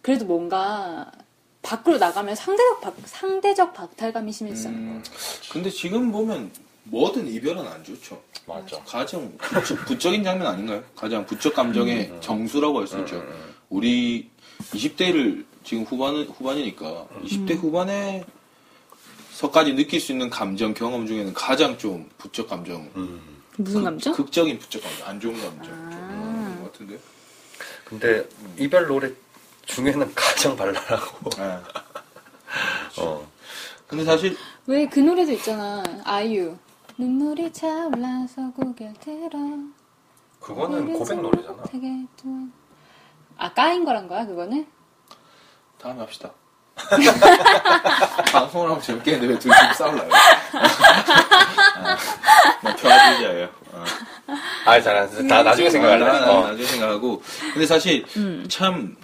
그래도 뭔가 밖으로 나가면 상대적 박, 상대적 박탈감이 심해지잖아 음. 근데 지금 보면 뭐든 이별은 안 좋죠. 맞아. 가장 부적, 부적인 장면 아닌가요? 가장 부적 음, 감정의 정수라고 할 수 있죠. 우리 20대를 지금 후반 후반이니까 음. 20대 후반에 서까지 느낄 수 있는 감정 경험 중에는 가장 좀 부적 감정 음. 무슨 감정? 아. 극적인 부적 감정 안 좋은 감정 좀 있는 것 같은데. 근데 이별 노래 중에는 가장 발랄하고 *laughs* 어. 네. 근데 사실 왜 그 노래도 있잖아 아이유 눈물이 차올라서 고개 들어 그거는 고백 노래잖아 되게 또한- 아 까인 거란 거야 그거는? 다음에 합시다. *laughs* 방송을 하면 재밌겠는데 왜 둘이 지금 *laughs* 싸울라요? 나 표하지자예요. 어. 아잘알다 나중에 생각할래 나, 어. 나중에 생각하고. 근데 사실 참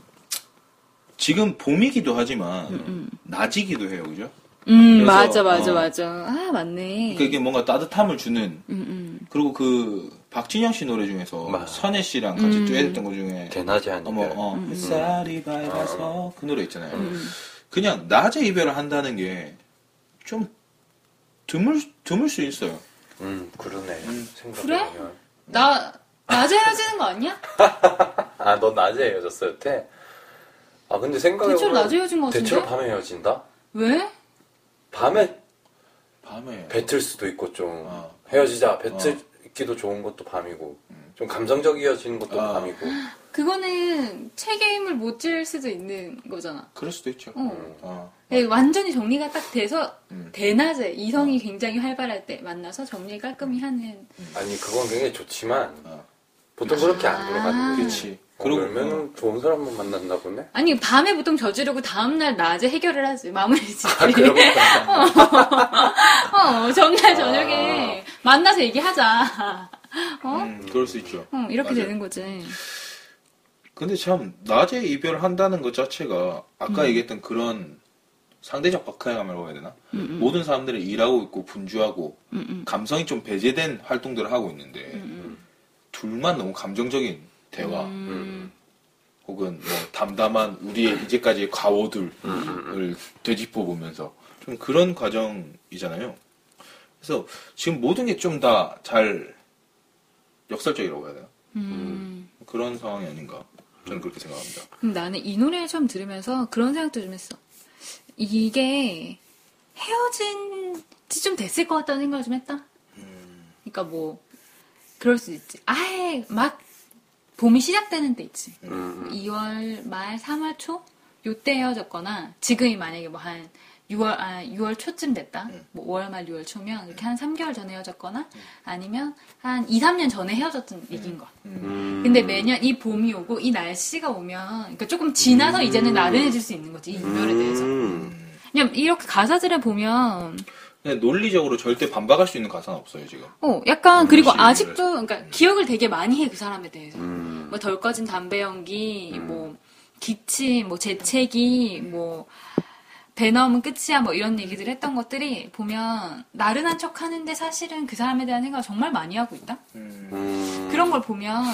지금 봄이기도 하지만 낮이기도 해요, 그죠? 음 그래서, 맞아 맞아 어. 맞아 아 맞네 그게 뭔가 따뜻함을 주는 음, 그리고 그 박진영 씨 노래 중에서 맞아. 선혜 씨랑 같이 듀엣했던 것 중에 대낮에 한 어머, 이별 어, 햇살이 음. 밝아서 그 노래 있잖아요. 그냥 낮에 이별을 한다는 게 좀 드물, 드물 수 있어요. 음 그러네 생각 그래? 나 낮에 헤어지는 *laughs* 거 아니야? 아넌 낮에 헤어졌어 여태? 아 근데 생각해보면 대체로 낮에 헤어진 거 같은데? 대체로 밤에 헤어진다? 왜? 밤에 밤에. 뱉을 수도 있고 좀 어. 헤어지자 뱉기도 좋은 것도 밤이고 좀 감정적이어지는 것도 어. 밤이고 *laughs* 그거는 책임을 못 질 수도 있는 거잖아 그럴 수도 있죠. 음. 어. 예, 완전히 정리가 딱 돼서 음. 대낮에 어. 이성이 굉장히 활발할 때 만나서 정리 깔끔히 하는 음. 아니 그건 굉장히 좋지만 어. 보통 그렇게 안 돌아가는 거지 그렇지. 어. 그리고 그리고 그러면 은 좋은 사람만 만났나 보네 아니 밤에 보통 저지르고 다음날 낮에 해결을 하지 마무리 짓지 아 *laughs* 그런 거야 어, 전날 저녁에 아. 만나서 얘기하자 어? 음, 그럴 수 있죠. 어, 이렇게 맞아요. 되는 거지 근데 참 낮에 이별을 한다는 것 자체가 아까 얘기했던 그런 상대적 박탈감이라고 해야 되나? 모든 사람들이 일하고 있고 분주하고 감성이 좀 배제된 활동들을 하고 있는데 둘만 너무 감정적인 대화 혹은 뭐 담담한 우리의 이제까지의 과오들을 되짚어 보면서 좀 그런 과정이잖아요. 그래서 지금 모든 게 좀 다 잘 역설적이라고 해야 되나? 그런 상황이 아닌가 저는 그렇게 생각합니다. 그럼 나는 이 노래를 처음 들으면서 그런 생각도 좀 했어. 이게 헤어진 지 좀 됐을 것 같다는 생각을 좀 했다. 그러니까 뭐 그럴 수 있지. 아예 막 봄이 시작되는 때 있지. 2월 말, 3월 초? 요때 헤어졌거나 지금이 만약에 뭐 한 6월 아 6월 초쯤 됐다. 뭐 5월 말 6월 초면 이렇게 한 3개월 전에 헤어졌거나 아니면 한 2, 3년 전에 헤어졌던 얘기인 것. 근데 매년 이 봄이 오고 이 날씨가 오면 그러니까 조금 지나서 이제는 나른해질 수 있는 거지 이 이별에 대해서. 음. 그냥 이렇게 가사들을 보면 근데 네, 논리적으로 절대 반박할 수 있는 가사는 없어요 지금. 어 약간 그리고 시기를. 아직도 그러니까 기억을 되게 많이 해 그 사람에 대해서. 음. 뭐 덜 꺼진 담배 연기, 뭐 기침, 뭐 재채기, 뭐 베넘은 끝이야 뭐 이런 얘기들 했던 것들이 보면 나른한 척 하는데 사실은 그 사람에 대한 생각을 정말 많이 하고 있다. 음. 그런 걸 보면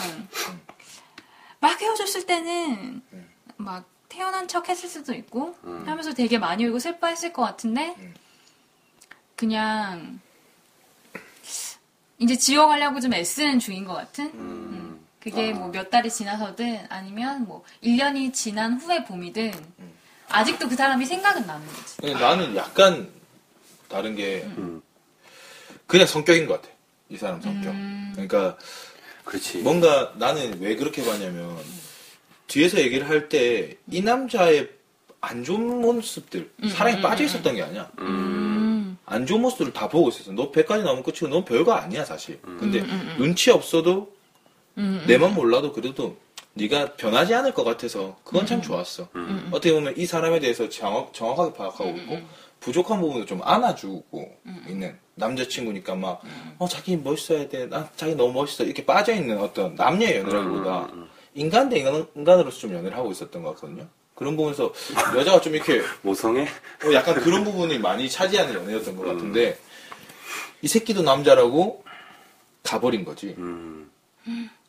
막 헤어졌을 때는 음. 막 태어난 척 했을 수도 있고 하면서 되게 많이 울고 슬퍼했을 것 같은데 음. 그냥 이제 지워가려고 좀 애쓰는 중인 것 같은 음. 아. 그게 뭐 몇 달이 지나서든 아니면 뭐 1년이 지난 후의 봄이든 음. 아직도 그 사람이 생각은 나는 거지 근데 나는 약간 다른 게 그냥 성격인 것 같아. 이 사람 성격. 그러니까 음. 그렇지. 뭔가 나는 왜 그렇게 봤냐면 뒤에서 얘기를 할 때 이 남자의 안 좋은 모습들 음, 사랑에 빠져 있었던 게 아니야. 안 좋은 모습들을 다 보고 있었어. 너 배까지 나오면 끝이고 넌 별거 아니야 사실. 음. 근데 눈치 없어도 내맘 몰라도 그래도 네가 변하지 않을 것 같아서 그건 참 좋았어. 음. 어떻게 보면 이 사람에 대해서 정확, 정확하게 파악하고 있고 부족한 부분을 좀 안아주고 있는 남자친구니까 막 어, 자기 멋있어야 돼. 나 자기 너무 멋있어. 이렇게 빠져있는 어떤 남녀의 음, 연애라기보다 인간 대 인간, 인간으로서 좀 연애를 하고 있었던 것 같거든요. 그런 *laughs* 부분에서 여자가 좀 이렇게 모성애? 음. 어, 약간 그런 부분이 많이 차지하는 연애였던 것 같은데 이 새끼도 남자라고 가버린 거지. 음.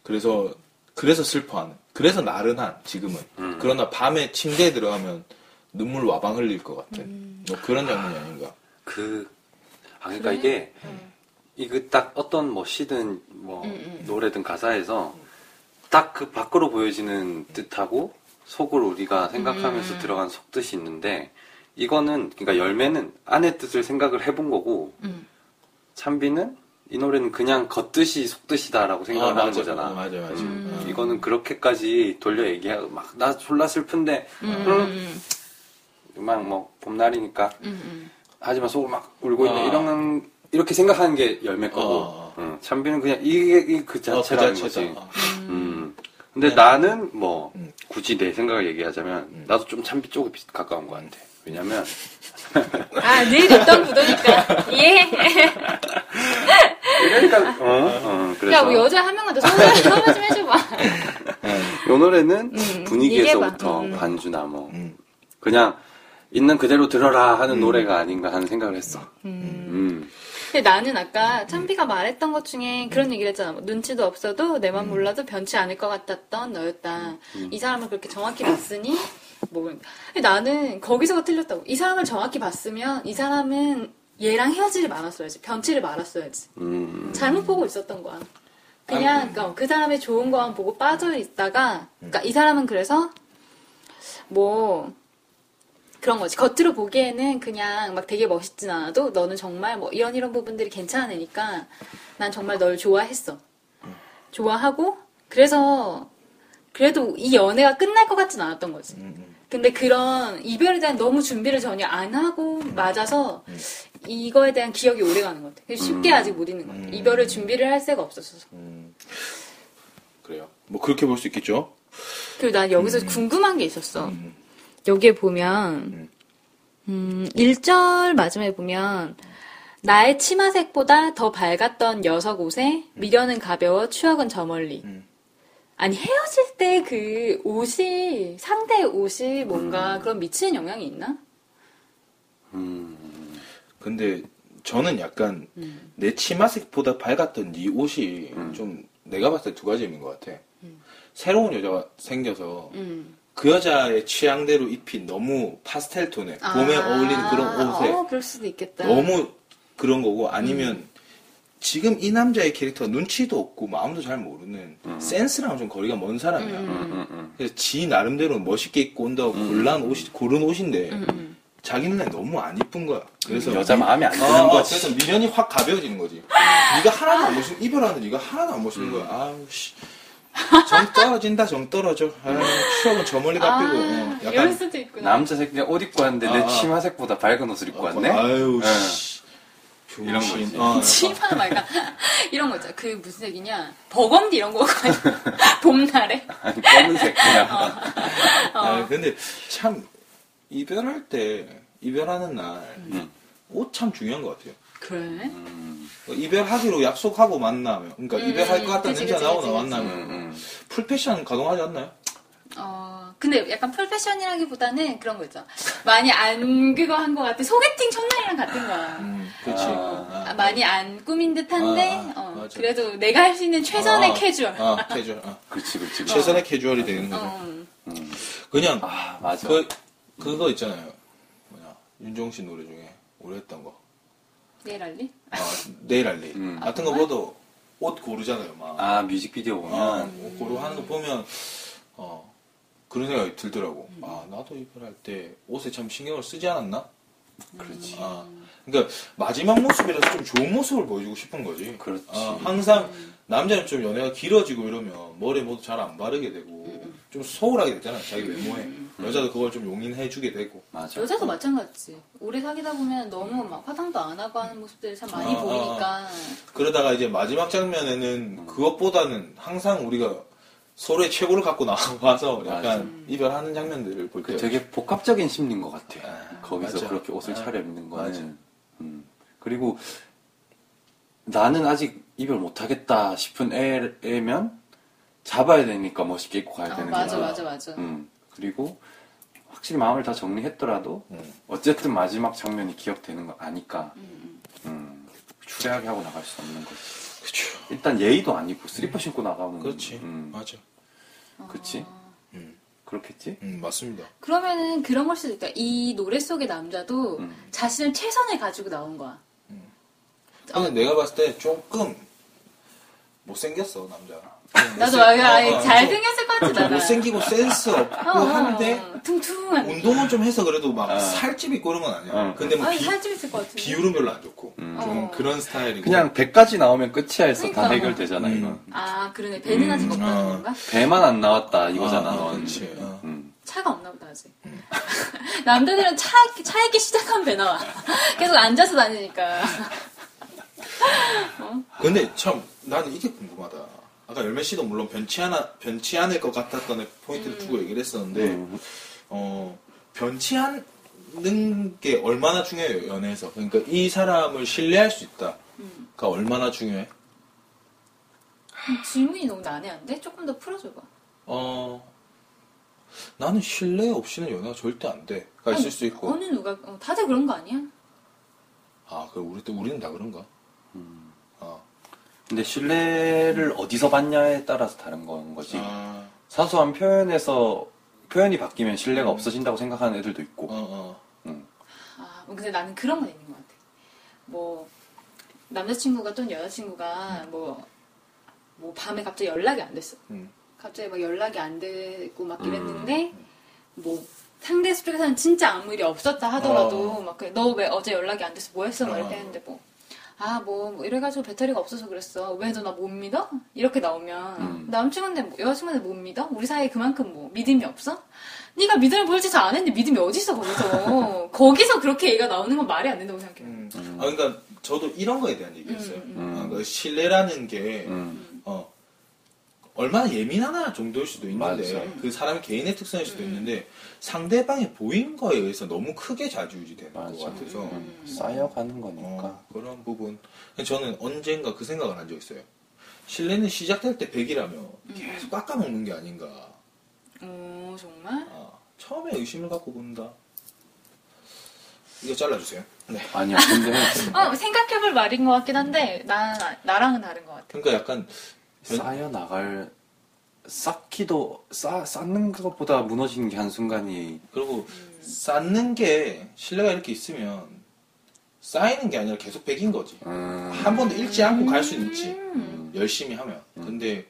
그래서 그래서 슬퍼하는. 그래서 나른한 지금은. 음. 그러나 밤에 침대에 들어가면 눈물 와방 흘릴 것 같은. 뭐 그런 장면이 아닌가. 그, 아, 그러니까 이게, 이거 딱 어떤 뭐 시든 뭐 노래든 가사에서 딱 그 밖으로 보여지는 뜻하고 속으로 우리가 생각하면서 들어간 속뜻이 있는데 이거는, 그러니까 열매는 안의 뜻을 생각을 해본 거고 참비는 이 노래는 그냥 겉뜻이 속뜻이다라고 생각을 하는 거잖아. 음. 아, 맞아, 맞아. 아. 이거는 그렇게까지 돌려 얘기하고 막 나 졸라 슬픈데 음. 음악 뭐 봄날이니까 음, 하지만 속으로 막 울고 있네 아. 이런 이렇게 생각하는 게 열매 거고 어. 응. 참비는 그냥 이게 이그 어, 그 자체라는 자체다. 네. 거지. 어. 음. 근데 나는 뭐 음. 굳이 내 생각을 얘기하자면 음. 나도 좀 참비 쪽에 비- 가까운 거 같아. 왜냐면 음. 아늘 있던 구도니까 예 *laughs* 그러니까 어, 어, 야, 그래서 뭐 여자 한 명만 더 소개 소개 좀 해줘봐 이 노래는 분위기에서부터 음, 얘기해봐. 음. 반주나 뭐 그냥 있는 그대로 들어라 음. 하는 노래가 아닌가 하는 생각을 했어. 음. 근데 나는 아까 참비가 말했던 것 중에 그런 얘기를 했잖아. 뭐 눈치도 없어도 내 맘 몰라도 변치 않을 것 같았던 너였다. 이 사람을 그렇게 정확히 봤으니 뭐 근데 나는 거기서가 틀렸다고. 이 사람을 정확히 봤으면 이 사람은 얘랑 헤어지지 말았어야지. 변치를 말았어야지. 음. 잘못 보고 있었던 거야. 그냥 그러니까 그 사람의 좋은 거만 보고 빠져 있다가 그러니까 이 사람은 그래서 뭐 그런 거지. 겉으로 보기에는 그냥 막 되게 멋있진 않아도 너는 정말 뭐 이런 이런 부분들이 괜찮으니까 난 정말 널 좋아했어. 좋아하고 그래서 그래도 이 연애가 끝날 것 같진 않았던 거지. 근데 그런 이별에 대한 너무 준비를 전혀 안 하고 맞아서 이거에 대한 기억이 오래 가는 것 같아. 그래서 쉽게 아직 못 잊는 것 같아. 이별을 준비를 할 새가 없었어서. 그래요. 뭐 그렇게 볼 수 있겠죠. 그리고 난 여기서 음. 궁금한 게 있었어. 여기에 보면, 음, 1절 마지막에 보면, 나의 치마색보다 더 밝았던 여섯 옷에 음. 미련은 가벼워 추억은 저 멀리. 아니, 헤어질 때 그 옷이, 상대의 옷이 뭔가 음. 그런 미치는 영향이 있나? 근데 저는 약간 내 치마색보다 밝았던 네 옷이 음. 좀 내가 봤을 때 두 가지 의미인 것 같아. 새로운 여자가 생겨서 음. 그 여자의 취향대로 입힌 너무 파스텔 톤에 봄에 아, 어울리는 그런 옷에 어, 그럴 수도 있겠다. 너무 그런 거고 아니면 지금 이 남자의 캐릭터 가 눈치도 없고 마음도 잘 모르는 센스랑 좀 거리가 먼 사람이야. 음, 음, 음. 그래서 지 나름대로 멋있게 입고 온다고 골란 옷이 고른 옷인데 자기는 애 너무 안 이쁜 거야. 그래서 여자 마음이 안 아, 드는 아, 거지. 그래서 미련이 확 가벼워지는 거지. 네가 하나도 안 멋있는 이별하는 네가 하나도 안 음. 멋있는 거야. 아우 씨. 정 떨어진다 정 떨어져. 아, 추억은 저 멀리 아, 갚이고. 어, 이럴 약간 수도 있구나. 남자 새끼 그냥 옷 입고 왔는데 아, 어, 아. 내 치마색보다 밝은 옷을 입고 왔네. 아유 예. 씨. 이런 거지. 병신. 어, 약간. 치마 말까 *laughs* 이런 거 있잖아. 그 무슨 색이냐? 버건디 이런 거 *laughs* 아니야? 봄날에. 아니 검은색 그냥. 아, 근데 참 이별할 때 이별하는 음. 날 옷 참 중요한 것 같아요. 그래. 어, 이별하기로 약속하고 만나면, 그러니까 이별할 것 같다는 음, 그치, 냄새 그치, 나고 그치, 나 만나면 음, 음. 풀 패션 가동하지 않나요? 어, 근데 약간 풀패션이라기보다는 그런 거 있죠. 많이 안 그거 한 거 같아. 소개팅 첫날이랑 같은 거야. 그렇지. 아. 음, 아, 많이 안 꾸민 듯한데 음. 아, 아, 어, 맞아. 그래도 내가 할 수 있는 최선의 아, 캐주얼. 아, 캐주얼. 아. 그렇지 그렇지. 그렇지. 최선의 캐주얼이 되는 거죠. 어, 그냥 아 맞아. 그 그거 있잖아요. 뭐냐 윤종 신 노래 중에 오래 했던 거. 내일 알리? 아, 내일 할래. 음. 같은 아. 거 보도 옷 고르잖아요. 막 아 뮤직비디오 아, 보면 뭐 고르고 하는 거 보면 어, 그런 생각이 들더라고. 음. 아 나도 이별할 때 옷에 참 신경을 쓰지 않았나? 그렇지. 아, 그러니까 마지막 모습이라서 좀 좋은 모습을 보여주고 싶은 거지. 그렇지. 아, 항상 음. 남자는 좀 연애가 길어지고 이러면 머리 모두 잘 안 바르게 되고 음, 좀 소홀하게 되잖아 자기 외모에. 여자도 그걸 좀 용인해주게 되고. 맞아. 어. 그 여자도 마찬가지지. 오래 사귀다 보면 너무 막 화장도 안 하고 하는 모습들이 참 많이 음. 아, 아, 보이니까. 그러다가 이제 마지막 장면에는 음. 그것보다는 항상 우리가 서로의 최고를 갖고 나와서 약간 맞아. 음. 이별하는 장면들을 볼 때. 그 되게 복합적인 심리인 것 같아. 아, 거기서 맞아. 그렇게 옷을 아, 차려입는 맞아. 거는. 음. 그리고 나는 아직 이별 못하겠다 싶은 애, 애면 잡아야 되니까 멋있게 입고 가야 아, 되는 거야. 맞아, 맞아, 맞아. 음. 그리고 확실히 마음을 다 정리했더라도 음. 어쨌든 마지막 장면이 기억되는 거 아니까 음. 추레하게 하고 나갈 수 없는 거지. 그쵸. 일단 예의도 아니고 슬리퍼 신고 나가면 그렇지. 음. 맞아. 그렇지. 음. 그렇겠지. 음, 맞습니다. 그러면은 그런 걸 수도 있다. 이 노래 속의 남자도 음. 자신의 최선을 가지고 나온 거야. 근데 내가 봤을 때 조금 못생겼어, 남자. 나도 못생- 아, 어, 어, 잘 좀- 생겼을 것 같지 좀 나는. 못생기고 센스 없고 어, 어, 하는데 어, 퉁퉁한. 운동은 좀 해서 그래도 막 살집 있고 그런 건 아니야. 어. 근데 뭐 아니 비, 살집 있을 것 같은데. 비율은 별로 안 좋고 좀 어. 음. 그런 스타일이고 그냥 100까지 나오면 끝이야 해서 다 그러니까. 해결되잖아 음. 이건. 아 그러네 배는 아직 음, 없다는 어. 건가? 배만 안 나왔다 이거잖아 아, 넌. 그렇지. 어. 음. 차가 없나 보다 아직. *laughs* 남자들은 차 차에 기 시작하면 배 나와. *laughs* 계속 앉아서 *laughs* 다니니까. 근데 참 나는 이게 궁금하다. 아까 열매 씨도 물론 변치 않아 변치 않을 것 같았던 포인트를 두고 얘기를 했었는데 어 변치 않는 게 얼마나 중요해요 연애에서. 그러니까 이 사람을 신뢰할 수 있다가 그러니까 얼마나 중요해? 음, 질문이 너무 난해한데 조금 더 풀어줘봐. 어 나는 신뢰 없이는 연애가 절대 안 돼. 가 아, 있을 수 있고. 어느 누가 어, 다들 그런 거 아니야? 아, 그럼 우리 또 우리는 다 그런가? 어. 근데 신뢰를 어디서 받냐에 따라서 다른 건 거지. 아, 사소한 표현에서 표현이 바뀌면 신뢰가 없어진다고 생각하는 애들도 있고. 어, 어. 아, 뭐 근데 나는 그런 건 있는 것 같아. 뭐, 남자친구가 또는 여자친구가 뭐, 뭐, 밤에 갑자기 연락이 안 됐어. 음. 갑자기 막 연락이 안 되고 막 이랬는데, 뭐, 상대 쪽에서는 진짜 아무 일이 없었다 하더라도, 어. 막, 너 왜 어제 연락이 안 돼서 뭐 했어? 막 이렇게 어. 했는데, 뭐, 아, 뭐, 뭐 이래가지고 배터리가 없어서 그랬어. 왜 너 나 못 믿어? 이렇게 나오면, 음. 남친한테, 뭐, 여자친구한테 못 믿어? 우리 사이에 그만큼 뭐, 믿음이 없어? 네가 믿음을 보일 짓을 안 했는데 믿음이 어딨어 거기서 거기서 그렇게 얘가 나오는 건 말이 안 된다고 생각해요 음. 아, 그러니까 저도 이런 거에 대한 얘기였어요. 음, 음. 아, 그 신뢰라는 게, 음. 어, 얼마나 예민하나 정도일 수도 있는데, 맞아. 그 사람의 개인의 특성일 수도 있는데, 상대방의 보인 거에 의해서 너무 크게 자주유지되는 것 맞아. 그러니까. 같아서, 음. 쌓여가는 거니까. 어, 그런 부분. 저는 언젠가 그 생각을 한 적 있어요. 신뢰는 시작될 때 100이라며 계속 깎아먹는 게 아닌가. 오 정말? 아, 처음에 의심을 갖고 본다. 이거 잘라주세요. 네. 아니야. *laughs* 근데 어 생각해볼 말인 것 같긴 한데 나, 나랑은 다른 것 같아 그러니까 약간 쌓여 나갈 쌓기도 쌓 쌓는 것보다 무너지는 게 한 순간이 그리고 쌓는 게 신뢰가 이렇게 있으면 쌓이는 게 아니라 계속 백인 거지. 음. 한 번도 잃지 않고 갈 수는 있지. 음. 열심히 하면. 근데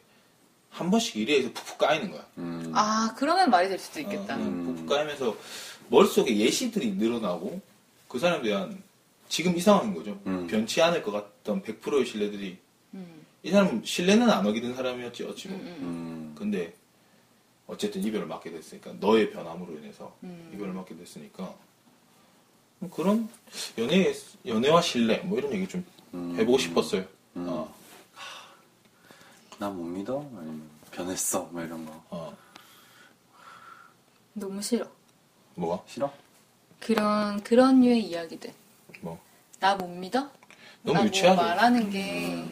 한 번씩 일해서 푹푹 까이는 거야. 음. 아 그러면 말이 될 수도 있겠다 어, 음, 푹푹 까이면서 머릿속에 예시들이 늘어나고 그 사람에 대한 지금 이 상황인 거죠. 음. 변치 않을 것 같던 100%의 신뢰들이 음. 이 사람은 신뢰는 안 어기는 사람이었지 어찌 보면. 음. 근데 어쨌든 이별을 맡게 됐으니까 너의 변함으로 인해서 음. 이별을 맡게 됐으니까 그런 연애 연애와 신뢰 뭐 이런 얘기 좀 음. 해보고 싶었어요. 음. 어, 나 못 믿어? 아니면 변했어? 뭐 이런 거. 어, 너무 싫어. 뭐가 싫어? 그런 그런 류의 이야기들. 뭐 나 못 믿어? 너무 나 뭐 유치하죠. 말하는 게.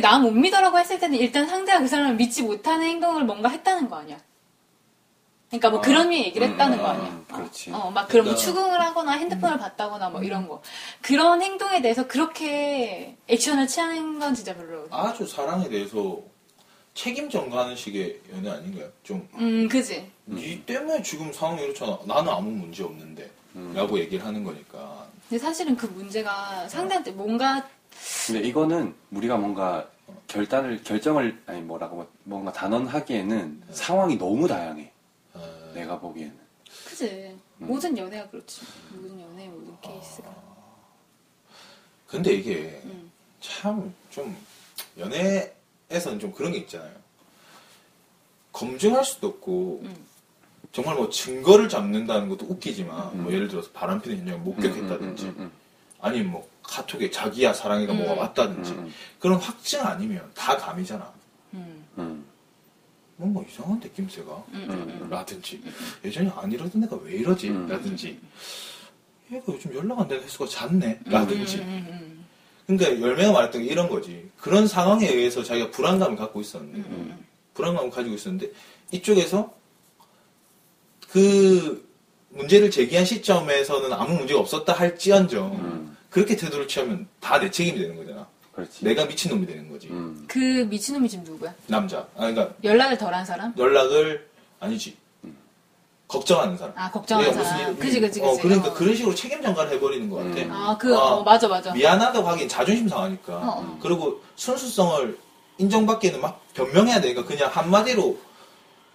나 못 믿어라고 했을 때는 일단 상대가 그 사람을 믿지 못하는 행동을 뭔가 했다는 거 아니야. 그러니까 아, 뭐 그런 류의 얘기를 했다는 거 아니야. 음, 그렇지. 어, 막 그런 뭐 그러니까 추궁을 하거나 음. 핸드폰을 봤다거나 뭐 이런 거. 그런 행동에 대해서 그렇게 액션을 취하는 건 진짜 별로. 아주 사랑에 대해서 책임 전가하는 식의 연애 아닌가요? 좀 음, 그지. 니 때문에 지금 상황이 이렇잖아. 나는 아무 문제 없는데. 라고 얘기를 하는 거니까. 근데 사실은 그 문제가 상대한테 뭔가 근데 이거는 우리가 뭔가 결단을 결정을 아니 뭐라고 뭔가 단언하기에는 상황이 너무 다양해. 어, 내가 보기에는. 크지. 음. 모든 연애가 그렇지. 모든 연애 모든 케이스가. 근데 이게 음. 참 좀 연애에서는 좀 그런 게 있잖아요. 검증할 수도 없고 음. 정말 뭐 증거를 잡는다는 것도 웃기지만 뭐 예를 들어서 바람피는 현장을 목격했다든지 음, 음, 음, 아니면 뭐 카톡에 자기야 사랑해가 뭐가 왔다든지 음. 그런 확증 아니면 다 감이잖아. 음. 음. 뭔가 이상한데 김새가 음, 음, 라든지 예전에 안 이러던 애가 왜 이러지 음. 라든지 얘가 요즘 연락 안 되는 횟수가 잦네 음, 라든지 음, 음. 그러니까 열매가 말했던 게 이런 거지 그런 상황에 의해서 자기가 불안감을 갖고 음, 있었는데 불안감을 가지고 있었는데 이쪽에서 그 문제를 제기한 시점에서는 아무 문제가 없었다 할지언정 음. 그렇게 태도를 취하면 다 내 책임이 되는 거잖아 그렇지. 내가 미친놈이 되는 거지 음. 그 미친놈이 지금 누구야? 남자 아 그러니까 연락을 덜 한 사람? 연락을 아니지 걱정하는 사람. 아, 음. 걱정하는 내가 네, 무슨 사람. 일- 그지, 그지, 어, 그지. 그러니까 어. 그런 식으로 책임 전가를 해버리는 것 같아. 음. 아, 그, 아, 어, 맞아, 맞아. 미안하다고 하긴 자존심 상하니까. 어, 어. 그리고 순수성을 인정받기에는 막 변명해야 되니까 그냥 한마디로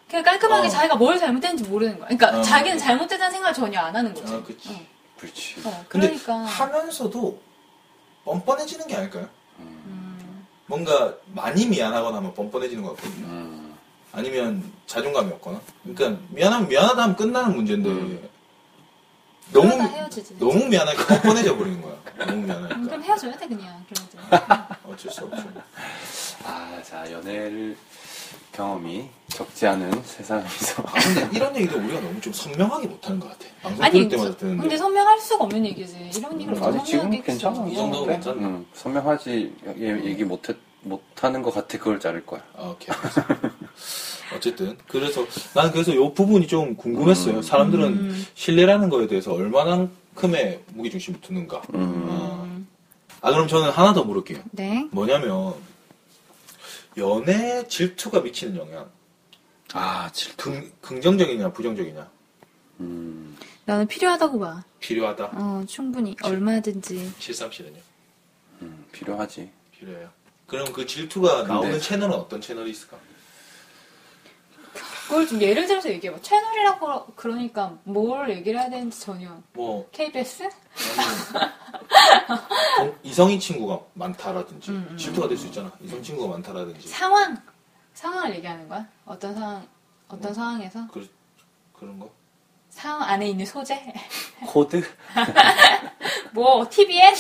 그냥 깔끔하게 어. 자기가 뭘 잘못했는지 모르는 거야. 그러니까 어. 자기는 잘못했다는 생각을 전혀 안 하는 거지. 아, 그치. 어. 그렇지. 어, 근데 그러니까. 하면서도 뻔뻔해지는 게 아닐까요? 음. 뭔가 많이 미안하거나 하면 뻔뻔해지는 것 같거든요. 음. 아니면 자존감이 없거나. 그러니까 미안하면 미안하다 하면 끝나는 문제인데 너무 그러다 헤어지지. 너무 미안하니까 뻔뻔해져 버리는 거야. 너무 음, 그럼 미안하니까 헤어져야 돼, 그냥. *laughs* 그러면 어쩔 수 없죠. 아, 자, 연애를 경험이 적지 않은 *laughs* 세상에서. 아, 근데 이런 얘기도 우리가 너무 좀 선명하게 못하는 것 같아. 방송 아니, 들을 때마다 듣는데. 음, 근데 선명할 수가 없는 얘기지. 이런 얘기를 어떻게 아니, 지금 선명하게 괜찮아. 했어. 이 정도면 그래? 괜찮아. 음, 선명하지. 얘, 얘기 못, 했, 못 하는 것 같아. 그걸 자를 거야. 아, 오케이. 알겠어. 어쨌든 그래서 난 그래서 이 부분이 좀 궁금했어요. 음. 사람들은 신뢰라는 거에 대해서 얼마만큼의 무게중심을 두는가. 음. 아. 아, 그럼 저는 하나 더 물을게요. 네. 뭐냐면 연애 질투가 미치는 영향. 아, 질. 긍, 긍정적이냐 부정적이냐 음. 나는 필요하다고 봐. 음. 필요하다. 어, 충분히. 얼마든지. 73씨는요? 음, 필요하지. 필요해요. 그럼 그 질투가 나오는 채널은 어떤 채널이 있을까? 그걸 좀 예를 들어서 얘기해봐. 채널이라고 그러니까 뭘 얘기를 해야 되는지 전혀. 뭐 KBS? 동- 음. 이성인 친구가 많다라든지 음, 질투가 될 수 있잖아. 이성 친구가 많다라든지 상황! 상황을 얘기하는 거야? 어떤 상황, 어떤 상황에서? 그, 그런 거. 상황 안에 있는 *laughs* 소재? 코드? 뭐, TBN?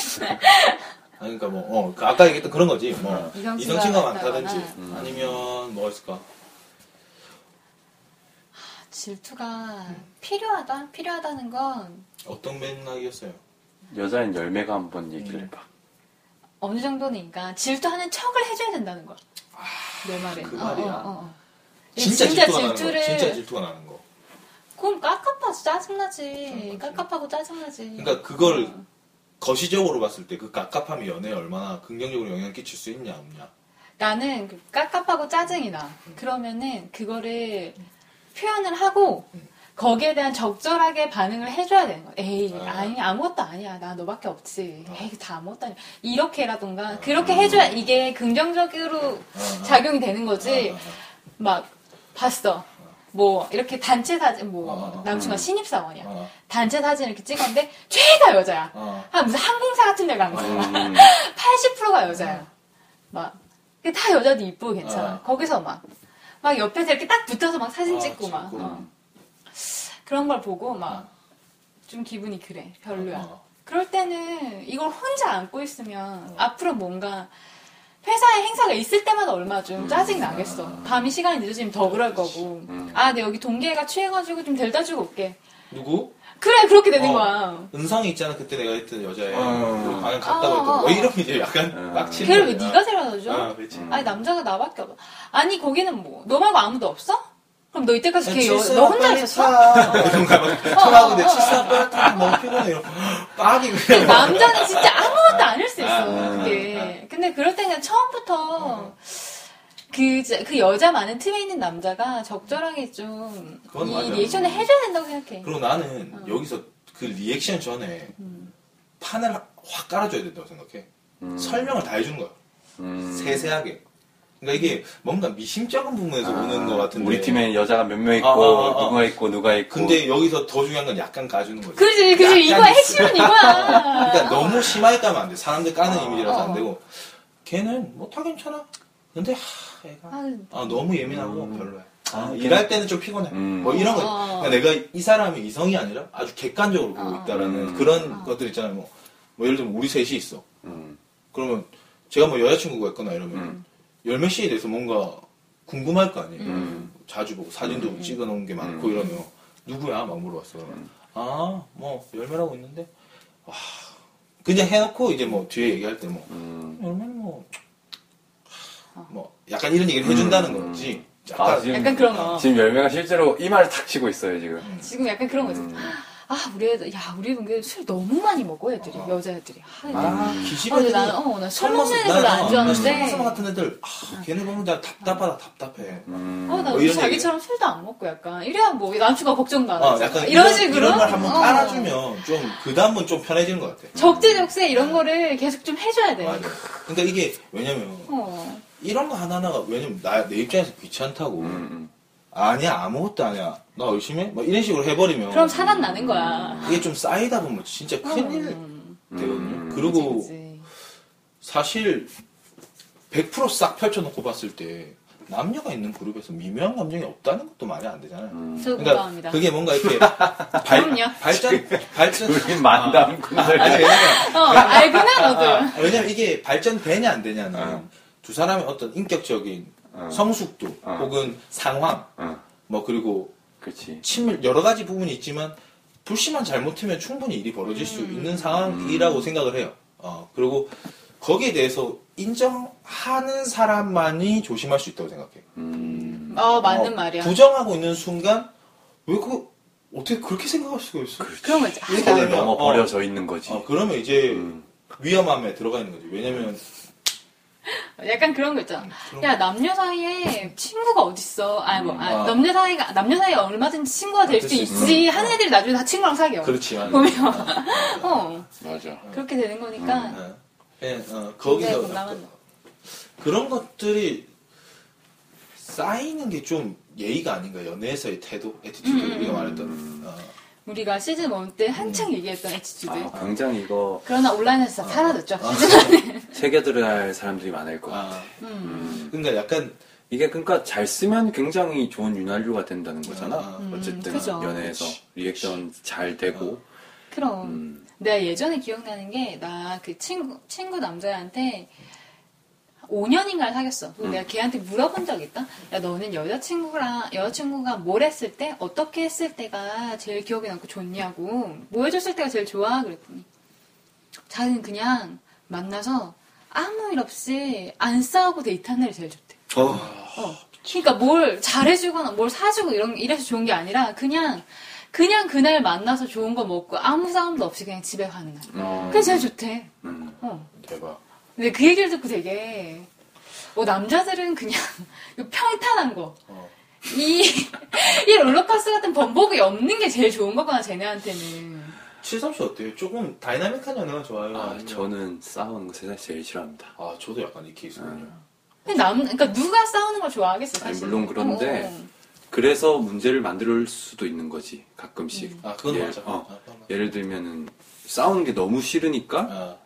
아니, 그러니까 뭐 어, 그 아까 얘기했던 그런 거지. 뭐 음. 이성 친구가 이성 친구가 많다거나. 음. 많다든지 아니면 뭐가 있을까? *laughs* 질투가 필요하다? 필요하다는 건 어떤 맥락이었어요? 여자인 열매가 한번 얘기를 해봐. 음. 어느 정도는 인간 질투하는 척을 해줘야 된다는 거야. 내 아, 말에. 그 말이야. 어. 진짜, 진짜 질투가 나는 질투를- 거. 진짜 질투가 나는 거. 그럼 깝깝하지 짜증나지. 깝깝하고 짜증나지. 그러니까 그걸 음. 거시적으로 봤을 때 그 깝깝함이 연애에 얼마나 긍정적으로 영향을 끼칠 수 있냐 없냐. 나는 그 깝깝하고 짜증이 나. 그러면은 그거를 표현을 하고 거기에 대한 적절하게 반응을 해줘야 되는 거야. 에이, 아. 아. 니 아무것도 아니야. 나 너밖에 없지. 에이, 다 아무것도 아니야. 이렇게라던가. 그렇게 해줘야 이게 긍정적으로 아, 아. 작용이 되는 거지. 아, 아, 아. 막, 봤어. 뭐 이렇게 단체 사진 뭐 어, 남친과 신입사원이야 어. 단체 사진 이렇게 찍었는데 죄다 여자야 어. 한 아, 무슨 항공사 같은 데 간 거야 음. *laughs* 80%가 여자야 막다 여자도 이쁘고 괜찮아 어. 거기서 막 막 옆에서 이렇게 딱 붙어서 막 사진 어, 찍고 막 찍고. 어. 그런 걸 보고 막 좀 기분이 그래 별로야 어. 그럴 때는 이걸 혼자 안고 있으면 앞으로 뭔가 회사에 행사가 있을 때마다 얼마 음. 좀 짜증 나겠어. 밤이 시간이 늦어지면 더 그럴 거고. 음. 아, 내 여기 동기애가 취해가지고 좀 데려다 주고 올게. 누구? 그래, 그렇게 되는 어. 거야. 은성이 있잖아 그때 내가 했던 여자애 어. 그 방에 갔다고 어, 했던 어, 어. 뭐 이런 게 이제 약간 어. 빡치는 걔를 왜 거야. 네가 데려다 줘? 아 그렇지 아니, 남자가 나밖에 없어. 아니, 거기는 뭐, 너 말고 아무도 없어? 그럼 너 이때까지 걔, 여, 칠수야, 너 혼자 빨리 있었어? 어, 차. 이런 거 하면 전화하고 내 칠수야 빨리 타. 너무 피곤해 이러고 *laughs* 빡이 그냥 남자는 진짜 아무것도 아닐 수 있어, 그게. 근데 그럴 때는 처음부터 그, 자- 그 여자 많은 틈에 있는 남자가 적절하게 좀, 그건 이 맞아. 리액션을 해줘야 된다고 생각해. 그리고 나는 여기서 그 리액션 전에 음. 판을 확 깔아줘야 된다고 생각해. 음. 설명을 다 해주는 거야. 세세하게. 그러니까 이게 뭔가 미심쩍은 부분에서 오는 것 같은데. 아, 우리 팀에 여자가 몇 명 있고 아, 아, 아. 누가 있고 누가 있고 근데 여기서 더 중요한 건 약간 까주는 거지. 그지, 그지. 이거 약간 핵심은 *laughs* 이거야. 그러니까 너무 심하게 까면 안 돼. 사람들 까는 이미지라서 안 되고. 걔는 뭐 다 괜찮아. 근데 하, 애가 아유, 아, 너무 예민하고 별로야. 아, 아, 일할 때는 좀 피곤해. 음. 뭐 이런 거. 어. 그러니까 내가 이 사람이 이성이 아니라 아주 객관적으로 보고 있다라는 음. 그런 것들 있잖아요. 뭐, 뭐 예를 들면 우리 셋이 있어. 음. 그러면 제가 뭐 여자친구가 있거나 이러면 열몇 시에 대해서 뭔가 궁금할 거 아니에요. 음. 자주 보고 사진도 찍어놓은 게 많고 이러면 누구야? 막 음. 물어봤어. 그러면 아, 뭐 열매라고 있는데 와, 그냥 해놓고 이제 뭐 뒤에 얘기할 때 뭐 음. 열매는 뭐, 아. 하, 뭐 약간 이런 얘기를 해준다는 거지. 아, 약간 지금, 약간 그런 어. 거. 지금 열매가 실제로 이마를 탁 치고 있어요 지금 음. *laughs* 지금 약간 그런 거지. 아, 우리 애들, 야, 우리 애들 술 너무 많이 먹어, 애들이. 여자애들이. 아, 애들이. 아, 음. 아, 근데 기집애들 나는, 어, 나술 먹는 애들 별로 안 좋아하는데. 스마 같은 애들 아, 걔네 보면 나 답답하다 답답해. 어, 나 뭐 이런 자기처럼 술도 안 먹고 약간. 이래야 뭐, 남친과 걱정도 안 어, 하지. 약간 이런 이런- 식으로. 이런 걸 한번 어. 깔아주면 좀 그 다음은 좀 편해지는 것 같아. 적재적세 이런 거를 계속 좀 해줘야 돼. 맞아. 그러니까 이게 왜냐면 어. 이런 거 하나하나가 왜냐면 나 내 입장에서 귀찮다고 아니야 아무것도 아니야 나 열심히 해? 막 이런 식으로 해버리면 그럼 사단 나는 거야. 이게 좀 쌓이다 보면 진짜 큰일 되거든요. 음. 그리고 그치. 사실 100%싹 펼쳐놓고 봤을 때 남녀가 있는 그룹에서 미묘한 감정이 없다는 것도 말이 안 되잖아요. 저 그러니까 공감합니다. 그게 뭔가 *laughs* 이렇게 발, 그럼요. 발전 발전 우리 만담 군들 아니 왜냐면 어, 알구나, 너도. 아, 왜냐면 이게 발전되냐 안 되냐는 두 사람의 어떤 인격적인 성숙도 혹은 상황 어. 뭐 그리고 그렇지 친밀 여러 가지 부분이 있지만 불씨만 잘못하면 충분히 일이 벌어질 수 음. 있는 상황이라고 생각을 해요. 어, 그리고 거기에 대해서 인정하는 사람만이 조심할 수 있다고 생각해요. 어, 맞는 어, 말이야. 부정하고 있는 순간 왜 그 어떻게 그렇게 생각할 수가 있어? 그런 거 있지. 아, 이렇게 되면 넘어 어, 버려져 있는 거지 어, 그러면 이제 위험함에 들어가 있는 거지. 왜냐면 약간 그런 거 음, 있잖아. 야 남녀 사이에 친구가 어딨어? 아니 뭐 아, 아. 남녀 사이가 남녀 사이에 얼마든지 친구가 될 수 될수 있지 하는 애들이 나중에 다 친구랑 사겨. 그렇지만 보면 *laughs* 어 맞아 그렇게 되는 거니까 어, 예, 어, 굉장히 거기서 공감한다. 그런 것들이 쌓이는 게 좀 예의가 아닌가 연애에서의 태도, 에티튜드 우리가 말했던 어, 음. 우리가 시즌 1 때 한창 얘기했던 애티튜드. 아, 굉장히 이거 그러나 온라인에서 다 사라졌죠. 새겨들어할 사람들이 많을 것 같아 아, 음. 그러니까 약간 이게 그러니까 잘 쓰면 굉장히 좋은 윤활유가 된다는 거잖아 아, 음, 어쨌든 그죠. 연애에서 리액션 잘 되고 그럼 음. 내가 예전에 기억나는 게 나 그 친구 친구 남자한테 5년인가를 사귀었어. 그리고 내가 걔한테 물어본 적 있다. 야 너는 여자친구랑 여자친구가 뭘 했을 때 어떻게 했을 때가 제일 기억에 남고 좋냐고 뭐 해줬을 때가 제일 좋아 그랬더니 자기는 그냥 만나서 아무 일 없이 안 싸우고 데이트한 날이 제일 좋대. 어. 그러니까 뭘 잘해주거나 뭘 사주고 이런 이래서 좋은 게 아니라 그냥 그냥 그날 만나서 좋은 거 먹고 아무 싸움도 없이 그냥 집에 가는 날. 음. 그게 제일 좋대. 어. 대박. 근데 그 얘기를 듣고 되게 어, 남자들은 그냥 *laughs* 이 평탄한 거. 이, 이 롤러코스터 같은 번복이 없는 게 제일 좋은 거구나, 쟤네한테는. 칠삼 씨 어때요? 조금 다이나믹한 연애가 좋아요. 아 아니면- 저는 싸우는 거 세상에 제일 싫어합니다 아 음. 저도 약간 이 케이스군요. 근데 남, 그러니까 누가 싸우는 걸 좋아하겠어, 아니, 사실. 물론 그런데 어. 그래서 문제를 만들 수도 있는 거지 가끔씩. 아, 그건 예, 맞아. 어. 아, 그건 맞아. 예를 들면은 싸우는 게 너무 싫으니까 아,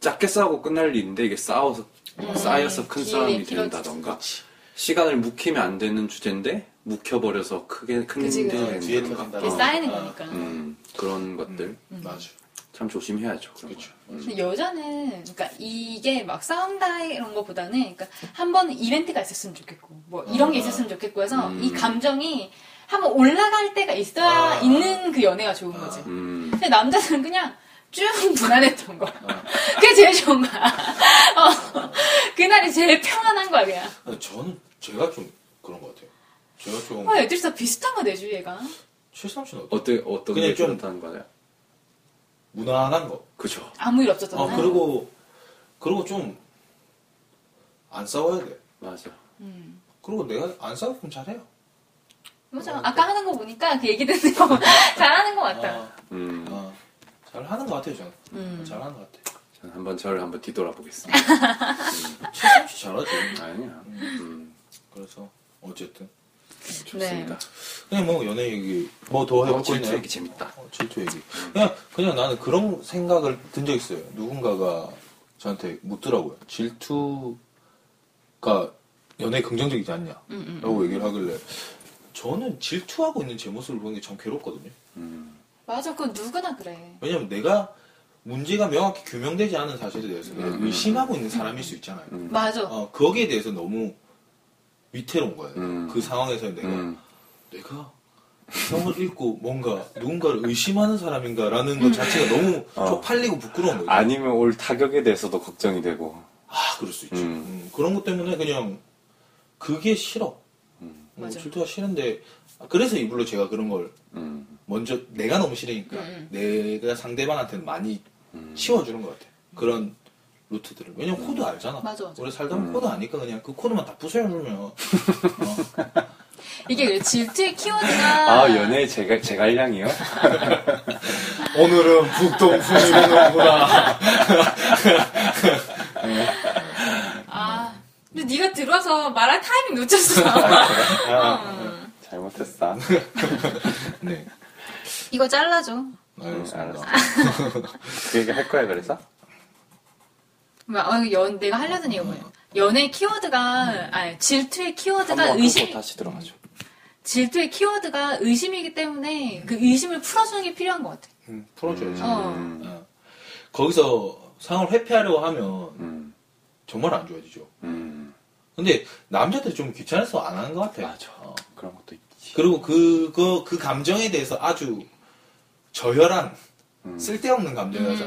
작게 싸우고 끝날 일인데 이게 싸워서 쌓여서 큰 음, 길이 싸움이 길어지지. 된다던가 시간을 묵히면 안 되는 주제인데 묵혀버려서 크게 큰 그치, 그치. 문제가 뒤에 된다던가 이게 어. 쌓이는 아, 거니까. 음, 그런 것들 맞아. 참 조심해야죠. 그런 그쵸. 거. 근데 여자는 그러니까 이게 막 싸운다 이런 거보다는 그러니까 한 번 이벤트가 있었으면 좋겠고 뭐 이런 게 있었으면 좋겠고 해서 음. 이 감정이 한번 올라갈 때가 있어야 아. 있는 그 연애가 좋은 거지. 음, 근데 남자들은 그냥 쭉 무난했던 거야. 어. 그게 제일 좋은 거야. 어. 그날이 제일 평안한 거야 그냥. 근데 아, 저는 제가 좀 그런 것 같아요. 제가 좀 어, 애들 다 비슷한 거 내주 얘가. 실삼 씨는 어때? 어때 어떤 그냥 게 좀- 좋다는 거냐? 무난한 거. 그죠. 아무 일 없었던 어 날. 그리고 그리고 좀 안 싸워야 돼. 맞아. 그리고 내가 안 싸우면 잘해요. 음. 맞아. 아까 하는 거 보니까 그 얘기 듣는 거 *laughs* 잘하는 거 같다. 아, 음, 아, 잘하는 것 같아요 저는. 잘하는 것 같아. 저는 한번 저를 한번 뒤돌아보겠습니다. *laughs* 실삼 씨 잘하지. 아니야. 음, 그래서 어쨌든 네. 좋습니다. 그냥 뭐 연애 얘기 뭐 더 해볼 어, 거 질투 있나요? 얘기 그러니까 재밌다. 어, 질투 얘기. 그냥, 그냥 나는 그런 생각을 든 적 있어요. 누군가가 저한테 묻더라고요. 질투가 연애에 긍정적이지 않냐? 음, 라고 얘기를 하길래. 저는 질투하고 있는 제 모습을 보는 게 참 괴롭거든요. 음, 맞아. 그건 누구나 그래. 왜냐면 내가 문제가 명확히 규명되지 않은 사실에 대해서 내가 의심하고 있는 사람일 수 있잖아요. 맞아. 어, 거기에 대해서 너무 위태로운 거예요. 음. 그 상황에서 내가 음, 내가 성을 읽고 뭔가 누군가를 의심하는 사람인가라는 것 자체가 너무 쪽팔리고 부끄러운 거예요. 어. 아니면 올 타격에 대해서도 걱정이 되고. 아, 그럴 수 있죠. 음. 음, 그런 것 때문에 그냥 그게 싫어. 뭐 맞아. 질투가 싫은데 아, 그래서 이불로 제가 그런 걸 음, 먼저 내가 너무 싫으니까 음, 내가 상대방한테는 많이 치워주는 것 같아. 그런 루트들을. 왜냐면 코드 알잖아. 음. 맞아, 맞아. 우리 살다 보면 코드 아니까 그냥 그 코드만 다 부숴주면 어, 이게 질투의 키워드가 아 연애 제갈 제갈량이요? *laughs* 오늘은 북동풍이 오는구나. 아, 근데 네가 들어서 말할 타이밍 놓쳤어. 아, *laughs* 잘못했다. 네. 이거 잘라줘. 음, 알겠습니다. 알았어. 그 얘기 할 거야 그래서? 막, 어, 연 내가 하려던 이거 뭐야? 연애 키워드가 아니 질투의 키워드가 음. 한번 의심 끊고 다시 들어가죠. 질투의 키워드가 의심이기 때문에 그 의심을 풀어주는 게 필요한 것 같아. 음, 풀어줘야지. 어. 어. 거기서 상을 회피하려고 하면 음, 정말 안 좋아지죠. 음, 근데 남자들이 좀 귀찮아서 안 하는 것 같아요. 맞아. 어. 그런 것도 있지. 그리고 그거 그 감정에 대해서 아주 저열한 쓸데없는 감정이라서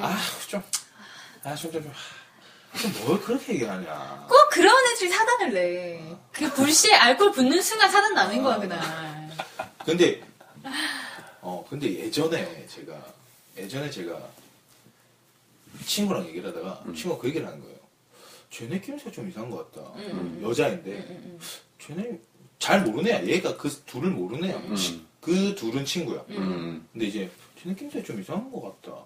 아좀아좀좀좀뭘 그렇게 얘기하냐. 꼭 그런 애들이 사단을 내. 그 불시에 알코올 붙는 순간 사단 나는 거야 그날. 근데 어 근데 예전에 제가 예전에 제가 친구랑 얘기를 하다가 친구가 그 얘기를 하는 거예요. 쟤네 낌새가 좀 이상한 것 같다. 여자인데 음. 음. 쟤네 잘 모르네. 야 얘가 그 둘을 모르네. 야그 둘은 친구야. 음, 근데 이제 쟤네 낌새가 좀 이상한 것 같다.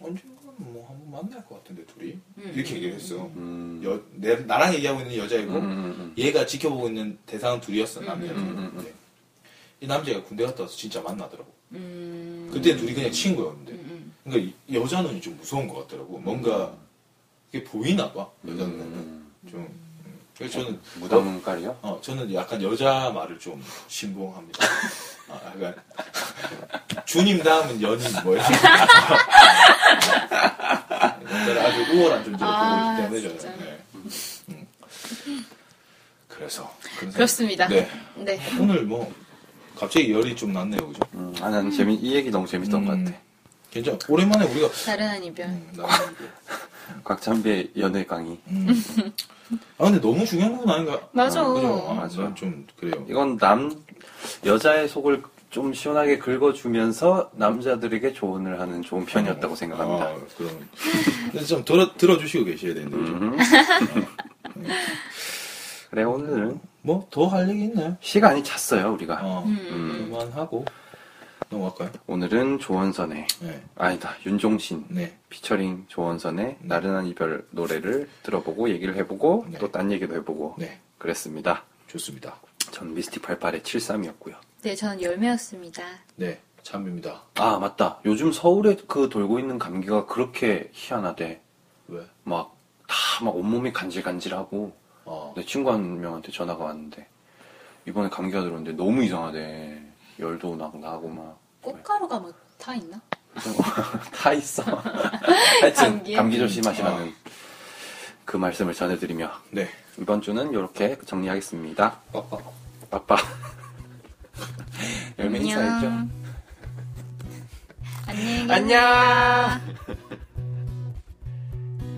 언젠가는 뭐 한번 만날 것 같은데 둘이 이렇게 얘기를 했어. 음, 여, 내, 나랑 얘기하고 있는 여자이고 음, 음, 얘가 지켜보고 있는 대상은 둘이었어 남자는 근데 이 남자가 군대 갔다 와서 진짜 만나더라고 그때 둘이 그냥 친구였는데 그러니까 이- 여자 눈이 좀 무서운 것 같더라고 음. 뭔가 이게 보이나 봐 여자 눈에는 좀 음. 그래서 저는 무덤문갈이요? 어, 저는 약간 여자 말을 좀 신봉합니다 아, 그러니까 주님 다음은 연인 뭐 이런 여자를 아주 우월한 존재로 아, 보고 있기 때문에 진짜. 저는 네. 음. 그래서 그런 생각- 그렇습니다. 네. 네. 오늘 뭐 갑자기 열이 좀 났네요, 그죠? 음, 아, 난 재미 이 얘기 너무 음. 재밌던 것 같아. 괜찮아. 오랜만에 우리가 네. 다른 한 이별. 음, 나는 이게- 곽찬비의 연애 강의. 아 근데 너무 중요한 부분 아닌가? 맞아. 그죠? 아, 맞아. 맞아. 좀 그래요. 이건 남 여자의 속을 좀 시원하게 긁어주면서 남자들에게 조언을 하는 좋은 편이었다고 생각합니다. 아, 그럼 그래서 좀 들어 들어주시고 계셔야 되는데, 그죠? 음. *laughs* 그래 오늘은 뭐 더 할 얘기 있나요? 시간이 찼어요 우리가. 어, 그만하고 넘어갈까요? 오늘은 조원선의 네, 아니다 윤종신 네, 피처링 조원선의 나른한 이별 노래를 들어보고 얘기를 해보고 네. 또 딴 얘기도 해보고 네, 그랬습니다. 좋습니다. 전 미스틱 88의 73이었고요. 네, 저는 열매였습니다. 네, 잠입니다. 아, 맞다. 요즘 서울에 그 돌고 있는 감기가 그렇게 희한하대. 왜? 막, 다, 막 온몸이 간질간질하고. 어. 내 친구 한 명한테 전화가 왔는데, 이번에 감기가 들었는데 너무 이상하대. 열도 막 나고 막. *laughs* 꽃가루가 뭐 막 타 있나? 다 *laughs* 있어. 하여튼, 감기야? 감기 조심하시라는 아. 그 말씀을 전해드리며, 네. 이번 주는 이렇게 정리하겠습니다. 빠빠. 빠빠. *laughs* 열매 인사했죠? 안녕히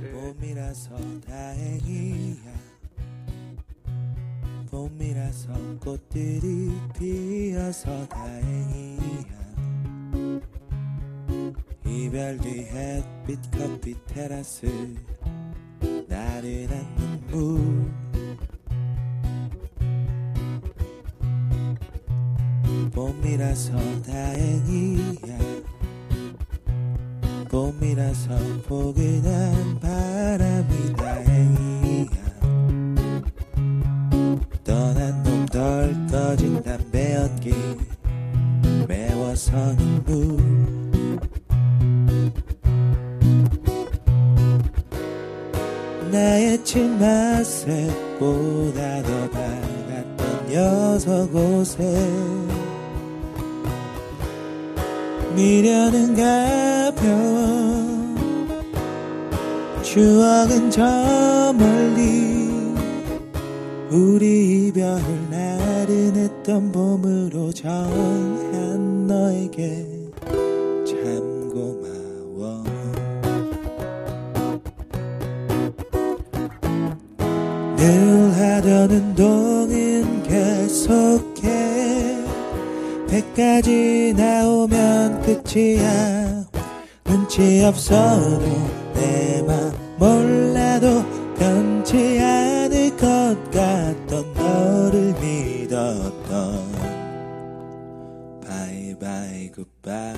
봄이라서 다행이야 봄이라서 꽃들이 피어서 다행이야 이별 뒤 햇빛 커피 테라스 나른한 눈물 봄이라서 다행이야 봄이라서 포근한 바람이 다행이야 떠난 놈 덜 꺼진 담배 연기 매워서 눈물 나의 침마색보다 더 밝았던 여섯 옷에 미련은 가벼워 추억은 저 멀리 우리 이별 나른했던 봄으로 정한 너에게 참 고마워 늘 하려는 동은 계속해 배까지 나오면 끝이야 눈치 없어도 내맘 몰라도 변치 않을 것 같던 너를 믿었던 바이바이 굿바이